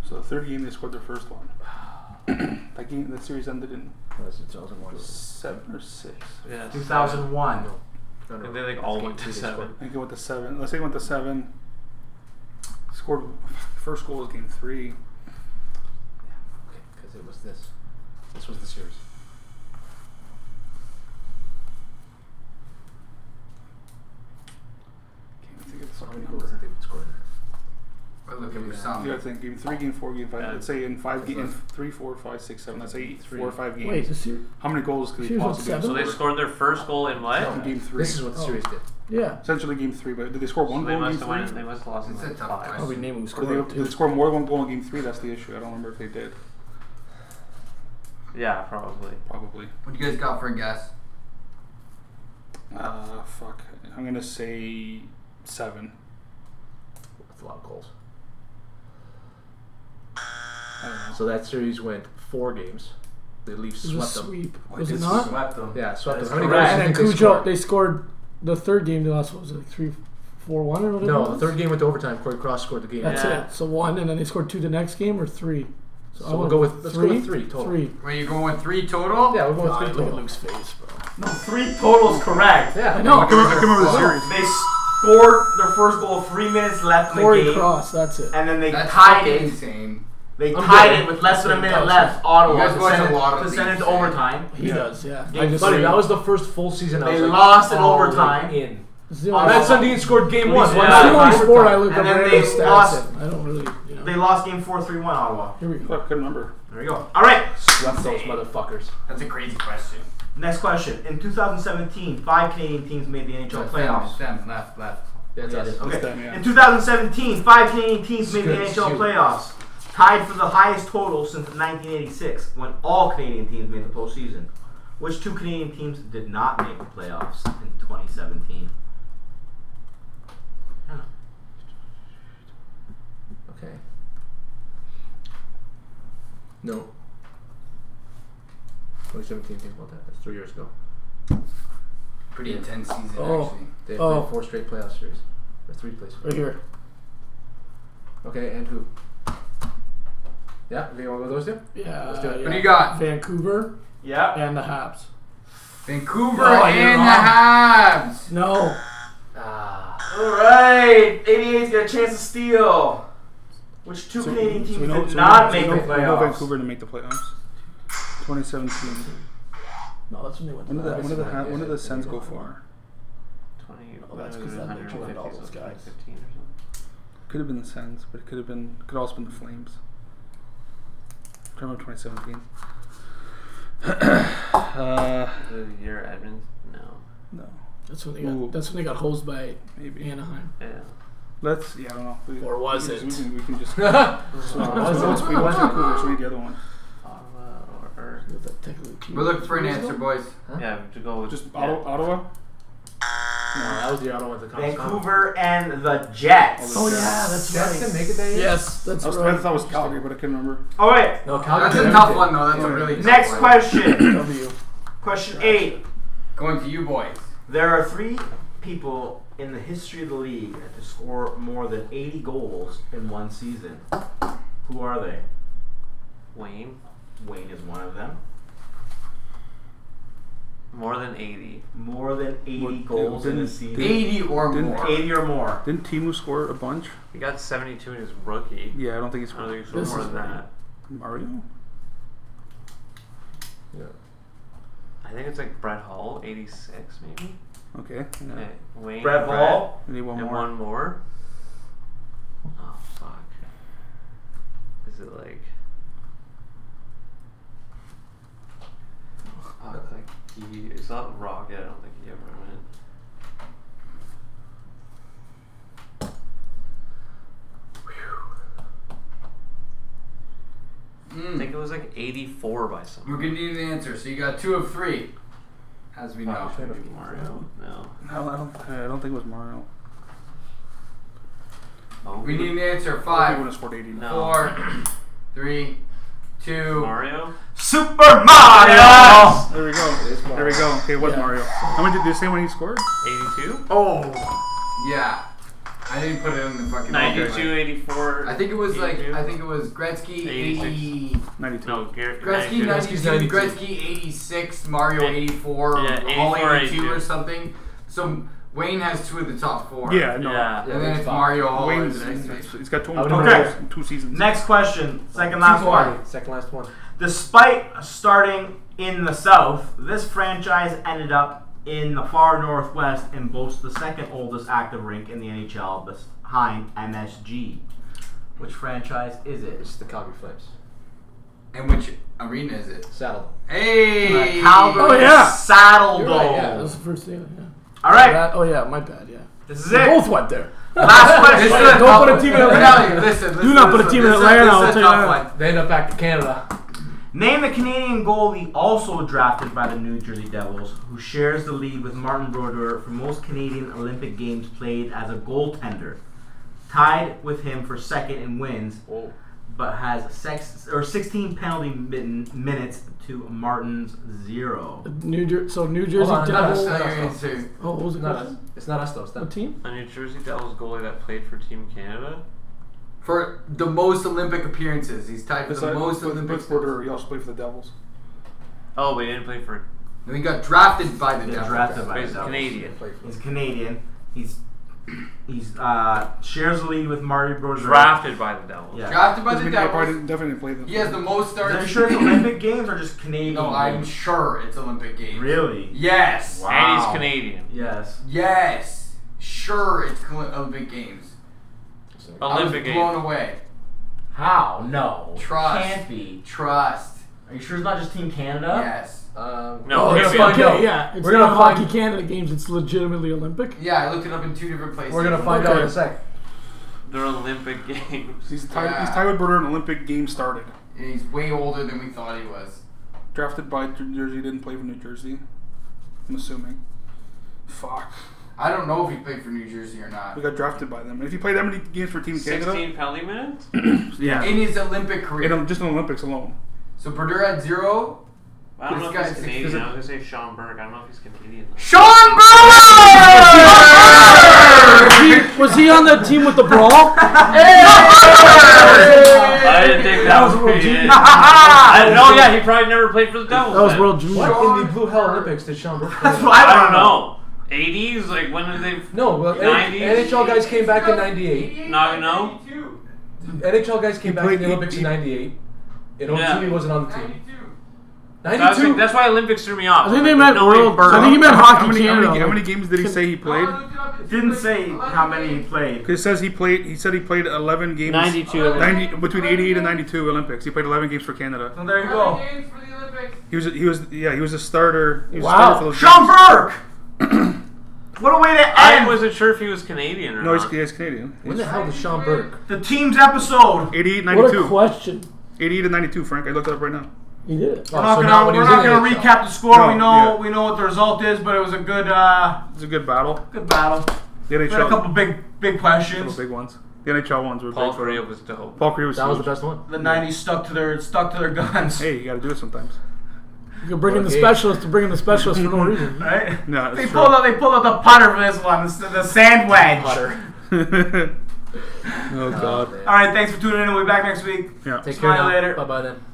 So the third game they scored their first one. that game that series ended in
Unless it's also one.
seven or six.
Yeah.
2001.
No, no,
And then they
that's
all
game
went to
two they scored.
seven.
I think it went to seven. Let's say it went to seven. Scored first goal was game three.
Okay, because it was this. This was the series.
Can't even think of the
How many
fucking
goals did
number.
they score?
We're looking for
You gotta
something.
think game three, game four, game five.
Yeah.
Let's say in five
That's
games, in
us.
three, four, five, six, seven. Let's say
Three.
four or five games.
Wait, this year?
How many goals could
She
they
was on
possibly have
seven?
So they
scored?
scored their first goal in what?
No.
game three.
This is what the
Oh.
series did.
Yeah.
Essentially, game three. But did they score one
So they
goal in
must
game
have won.
three?
They must have lost. in
It's a tough
five.
question.
Probably name who
Or
scored
they,
it,
did
too.
they score more than one goal in game three? That's the issue. I don't remember if they did.
Yeah, probably.
Probably.
What do you guys got for a guess?
Uh, fuck. I'm gonna say seven.
That's a lot of goals.
I don't know.
So that series went four games. The Leafs
It was
swept
a
them.
sweep. Was it
This
not?
Swept them.
Yeah, swept them.
That's
How many
correct.
goals do
And
you
then
think they
Cujo,
scored?
they scored the third game to us. What was it like three, four, one or whatever?
no,
it
the
was?
third game went to overtime. Corey Cross scored the game.
That's
Yeah.
it. So one, and then they scored two the next game or three. So, I
we'll
went
go with- let's go with three total.
Three.
Wait, you're going with three total?
Yeah, we're going
God,
three
look at
total.
Luke's face, bro.
No, three totals correct.
Yeah,
I know.
I can remember, I can remember the
Well,
series.
They scored their first goal three minutes left in the
Corey
game,
Cross. That's it.
and then they
That's
tied
fucking
it.
insane.
They
I'm
tied
good.
it with less than a minute left.
You
Ottawa
guys
to
watch
send
a
it,
lot of
to send it
these,
to
yeah.
overtime.
He does, yeah.
Game
Buddy,
three.
that was the first full season. I
They
was like,
lost in
all
overtime.
in.
Zero.
Oh, that Sundin scored game one.
Yeah,
One
that's the
nothing.
only sport I look
And
up
then
random
they
stats
lost-
at. I don't really. You know.
They lost game four three one Ottawa.
Here we go.
Fuck, good number.
There we go. All right.
Left those motherfuckers.
That's a crazy question.
Next question. In 2017, five Canadian teams made the NHL playoffs.
Stem, left, left.
That's
Yeah, it
us.
is.
It's them,
Okay.
yeah.
In 2017, five Canadian teams made the
good, it's
NHL
cute.
playoffs, tied for the highest total since 1986, when all Canadian teams made the postseason. Which two Canadian teams did not make the playoffs in 2017?
Okay. No. 2017 think about that. That's three years ago.
Pretty intense season,
Oh.
actually.
They have
Oh.
played four straight playoff series. Or three playoff
Right here.
Okay, and who? Yeah, we all go those two?
Yeah.
Let's do it.
yeah.
What do you got?
Vancouver
Yeah.
and the Habs.
Vancouver
No, you're
and
wrong.
the Habs.
No.
Ah.
All right. 88's got a chance to steal. Which two Canadian teams did not make
so we
the
know- we know
playoffs?
Vancouver to make the playoffs. 2017.
No, that's when they went to
When did the
the
when did the, ha- when did the
Yeah.
Sens go far?
Oh, that's 'cause that bitch wanted all those guys.
Could have been the Sens, but it could have been could have also been the Flames. I remember 2017. uh,
The year Edmonds? No.
no,
That's when they
Ooh.
got. That's when they got hosed by
maybe.
Anaheim.
Yeah.
Let's. Yeah, I don't know. We,
Or was
we can-
it?
We can, we can just.
Was it?
We watched Vancouver, so we need the other one.
Ottawa or. or
With that technically two
We're looking for an
years
answer,
ago.
boys.
Yeah, to go with.
Just
yeah.
Ottawa. Ottawa?
No, that was the other one. The Conference Final.
Vancouver and the Jets.
Oh yeah, that's
Jets didn't
right.
make it that year?
Yes, that's
I, was, I
right.
thought it was Calgary, but I couldn't remember.
All right.
No, Calgary.
That's a
didn't
tough
make it.
one, though. That's a really tough
Next
one.
question.
W.
question eight.
Going to you, boys.
There are three people in the history of the league to score more than 80 goals in one season. Who are they?
Wayne.
Wayne is one of them.
More than 80.
More than 80
What-
goals in a
didn't-
season.
80 or
Didn't-
more.
80 or more.
Didn't Timu score a bunch?
He got 72 in his rookie.
Yeah, I don't think he
I don't
scored.
think he scored
This
more
is
than that.
Mario?
I think it's like Brett Hall, 86 maybe.
Okay. Yeah.
Okay, Wayne.
Brett Hall.
I need one
and
more.
one more. Oh fuck. Is it like? Fuck, Oh, like he it's not Rocket. I don't think he ever went. I
Mm.
think it was like 84 by someone.
We're gonna need an answer, so you got two of three. As we know.
Should be Mario. No.
No, I don't, uh, I don't think it was Mario.
Oh,
We need an answer.
He would have
Five,
scored 80.
No.
four, three, two.
Mario.
Super Mario!
There we go. There we go. Okay, it was Mario. How many did they say when he scored?
82.
Oh.
Yeah. I didn't put it in the fucking.
92, 84.
I think it was like
82.
I think it was Gretzky
86.
eighty.
92.
No, Garrett.
Gretzky
92.
92, Gretzky 86, Mario
Yeah.
84,
Yeah,
Hall
84,
82 or
82.
something. So Wayne has two of the top four.
Yeah, no.
Yeah.
And then
Wayne's
it's
five.
Mario Hall in
Wayne's,
the next one.
he's got two,
I would
Okay.
two, two seasons.
Next question. Second last
Two
one.
more.
Second last one.
Despite starting in the South, this franchise ended up in the far Northwest and boasts the second oldest active rink in the NHL behind MSG. Which franchise is it?
It's the Calgary Flames.
And which arena is it?
Saddle.
Hey!
The Calgary
Oh, yeah.
Saddle
You're right, yeah.
That
Dome.
was the first thing. Yeah.
All right,
That, oh yeah, my bad. Yeah.
this is
They
it.
both went there.
Last
This
question.
is
Don't
tough
put a
one.
team in
No,
Atlanta.
Listen, listen,
Do not put a
listen,
team in
this is-
Atlanta,
this is
I'll
a
tell you
tough
that.
one.
They end up back to Canada.
Name the Canadian goalie also drafted by the New Jersey Devils, who shares the lead with Martin Brodeur for most Canadian Olympic Games played as a goaltender, tied with him for second in wins,
Whoa.
but has six or 16 penalty min- minutes to Martin's zero.
New Jer- so New Jersey
on, another
Devils.
side.
Tell your answer.
Oh, what was it?
Not us. It's not us though. It's them.
What team?
A New Jersey Devils goalie that played for Team Canada.
For the most Olympic appearances, he's tied for the
Besides-
most
with-
Olympic.
with Porter, he also played for the Devils.
Oh, but he didn't play for.
And he got drafted by the
Been
Devils.
drafted by
He's
the Devils.
Canadian.
Play for.
He's Canadian. He's he's uh, shares the lead with Martin Brodeur.
Drafted by the Devils.
Yeah.
Drafted by
Doesn't
the
mean he probably
Devils.
didn't- definitely didn't play them.
He has the most starts.
Are you sure it's Olympic Games or just Canadian?
No, I'm
games?
sure it's Olympic Games.
Really?
Yes.
Wow.
And he's Canadian.
Yes.
Yes. sure it's Col- Olympic Games. I was
Olympic
blown
Games.
away.
How? No.
Trust.
Can't be.
Trust.
Are you sure it's not just Team Canada?
Yes.
Uh,
Um,
Oh,
we're
it's
gonna find
okay,
out.
Yeah, it's
We're
not
gonna
Hockey
find-
Canada games. It's legitimately Olympic.
Yeah, I looked it up in two different places.
We're gonna find out in a sec.
They're Olympic Games.
He's tied,
Yeah.
he's tied with Berger in Olympic Games started.
And he's way older than we thought he was.
Drafted by New Jersey, didn't play for New Jersey. I'm assuming. Fuck.
I don't know if he played for New Jersey or not.
We got drafted by them. And if you play that many games for Team Canada,
16 penalty minutes?
yeah,
In his Olympic
in,
career.
um, just in Olympics alone.
so Berdur had zero.
I don't know
This
if he's
guy's-
Canadian.
is it-
I was gonna say Sean Burke. I don't know if he's Canadian.
Sean Brewer!
He- was he on that team with the brawl?
I didn't think that was
World
Canadian.
Junior.
I know. Yeah, he probably never played for the Devils.
That was
then.
World Junior.
What in the Blue Hell Olympics did Sean Brooks play?
I don't know. 80s? Like when did they?
No, well,
90s?
NHL guys came back in 98.
No, no.
NHL guys came back in
played
the
eight-
Olympics in 98. And
Yeah.
Oldsby wasn't on the team.
That's,
92?
that's why Olympics threw me off.
I think they meant World. I think he meant
How
Hockey
many, how,
Canada.
many, how many games did he say he played?
Uh, Didn't say how many he played.
It says he played. He said he played 11 games.
92.
90 between 88 and 92 Olympics. He played 11 games for Canada.
So there you go.
He was. A, he was. Yeah, he was a starter. He was A starter for
Wow.
those
Sean
games.
Burke! what a way to
I
end
wasn't sure if he was Canadian or
No, he's,
not.
he's Canadian.
When the hell did Sean Burke?
the team's episode.
88,
What a
92.
question.
88 and 92. Frank, I looked it up right now.
He did it.
Oh,
We're not
so now
gonna,
when he
we're
was
not
in
gonna
the
recap the score.
No,
we know
yeah.
we know what the result is, but it was a good uh,
It's a good battle.
good battle.
The
We had a
NHL.
couple big big questions.
Couple big ones. The NHL ones were
Paul
big for
Korea
him.
was dope.
Paul Crewe was.
That was the
huge.
best one.
The '90s stuck to their stuck to their guns.
Hey, you got to do it sometimes.
You can bring in the
Okay.
specialist to bring in the specialist for no reason.
Right?
No,
they
it's
pulled out they pulled out the putter for this one. It's the, the sand wedge.
oh God.
All
Oh,
right, thanks for tuning in. We'll be back next week.
Yeah.
Take
Smile
care now.
later.
Bye bye then.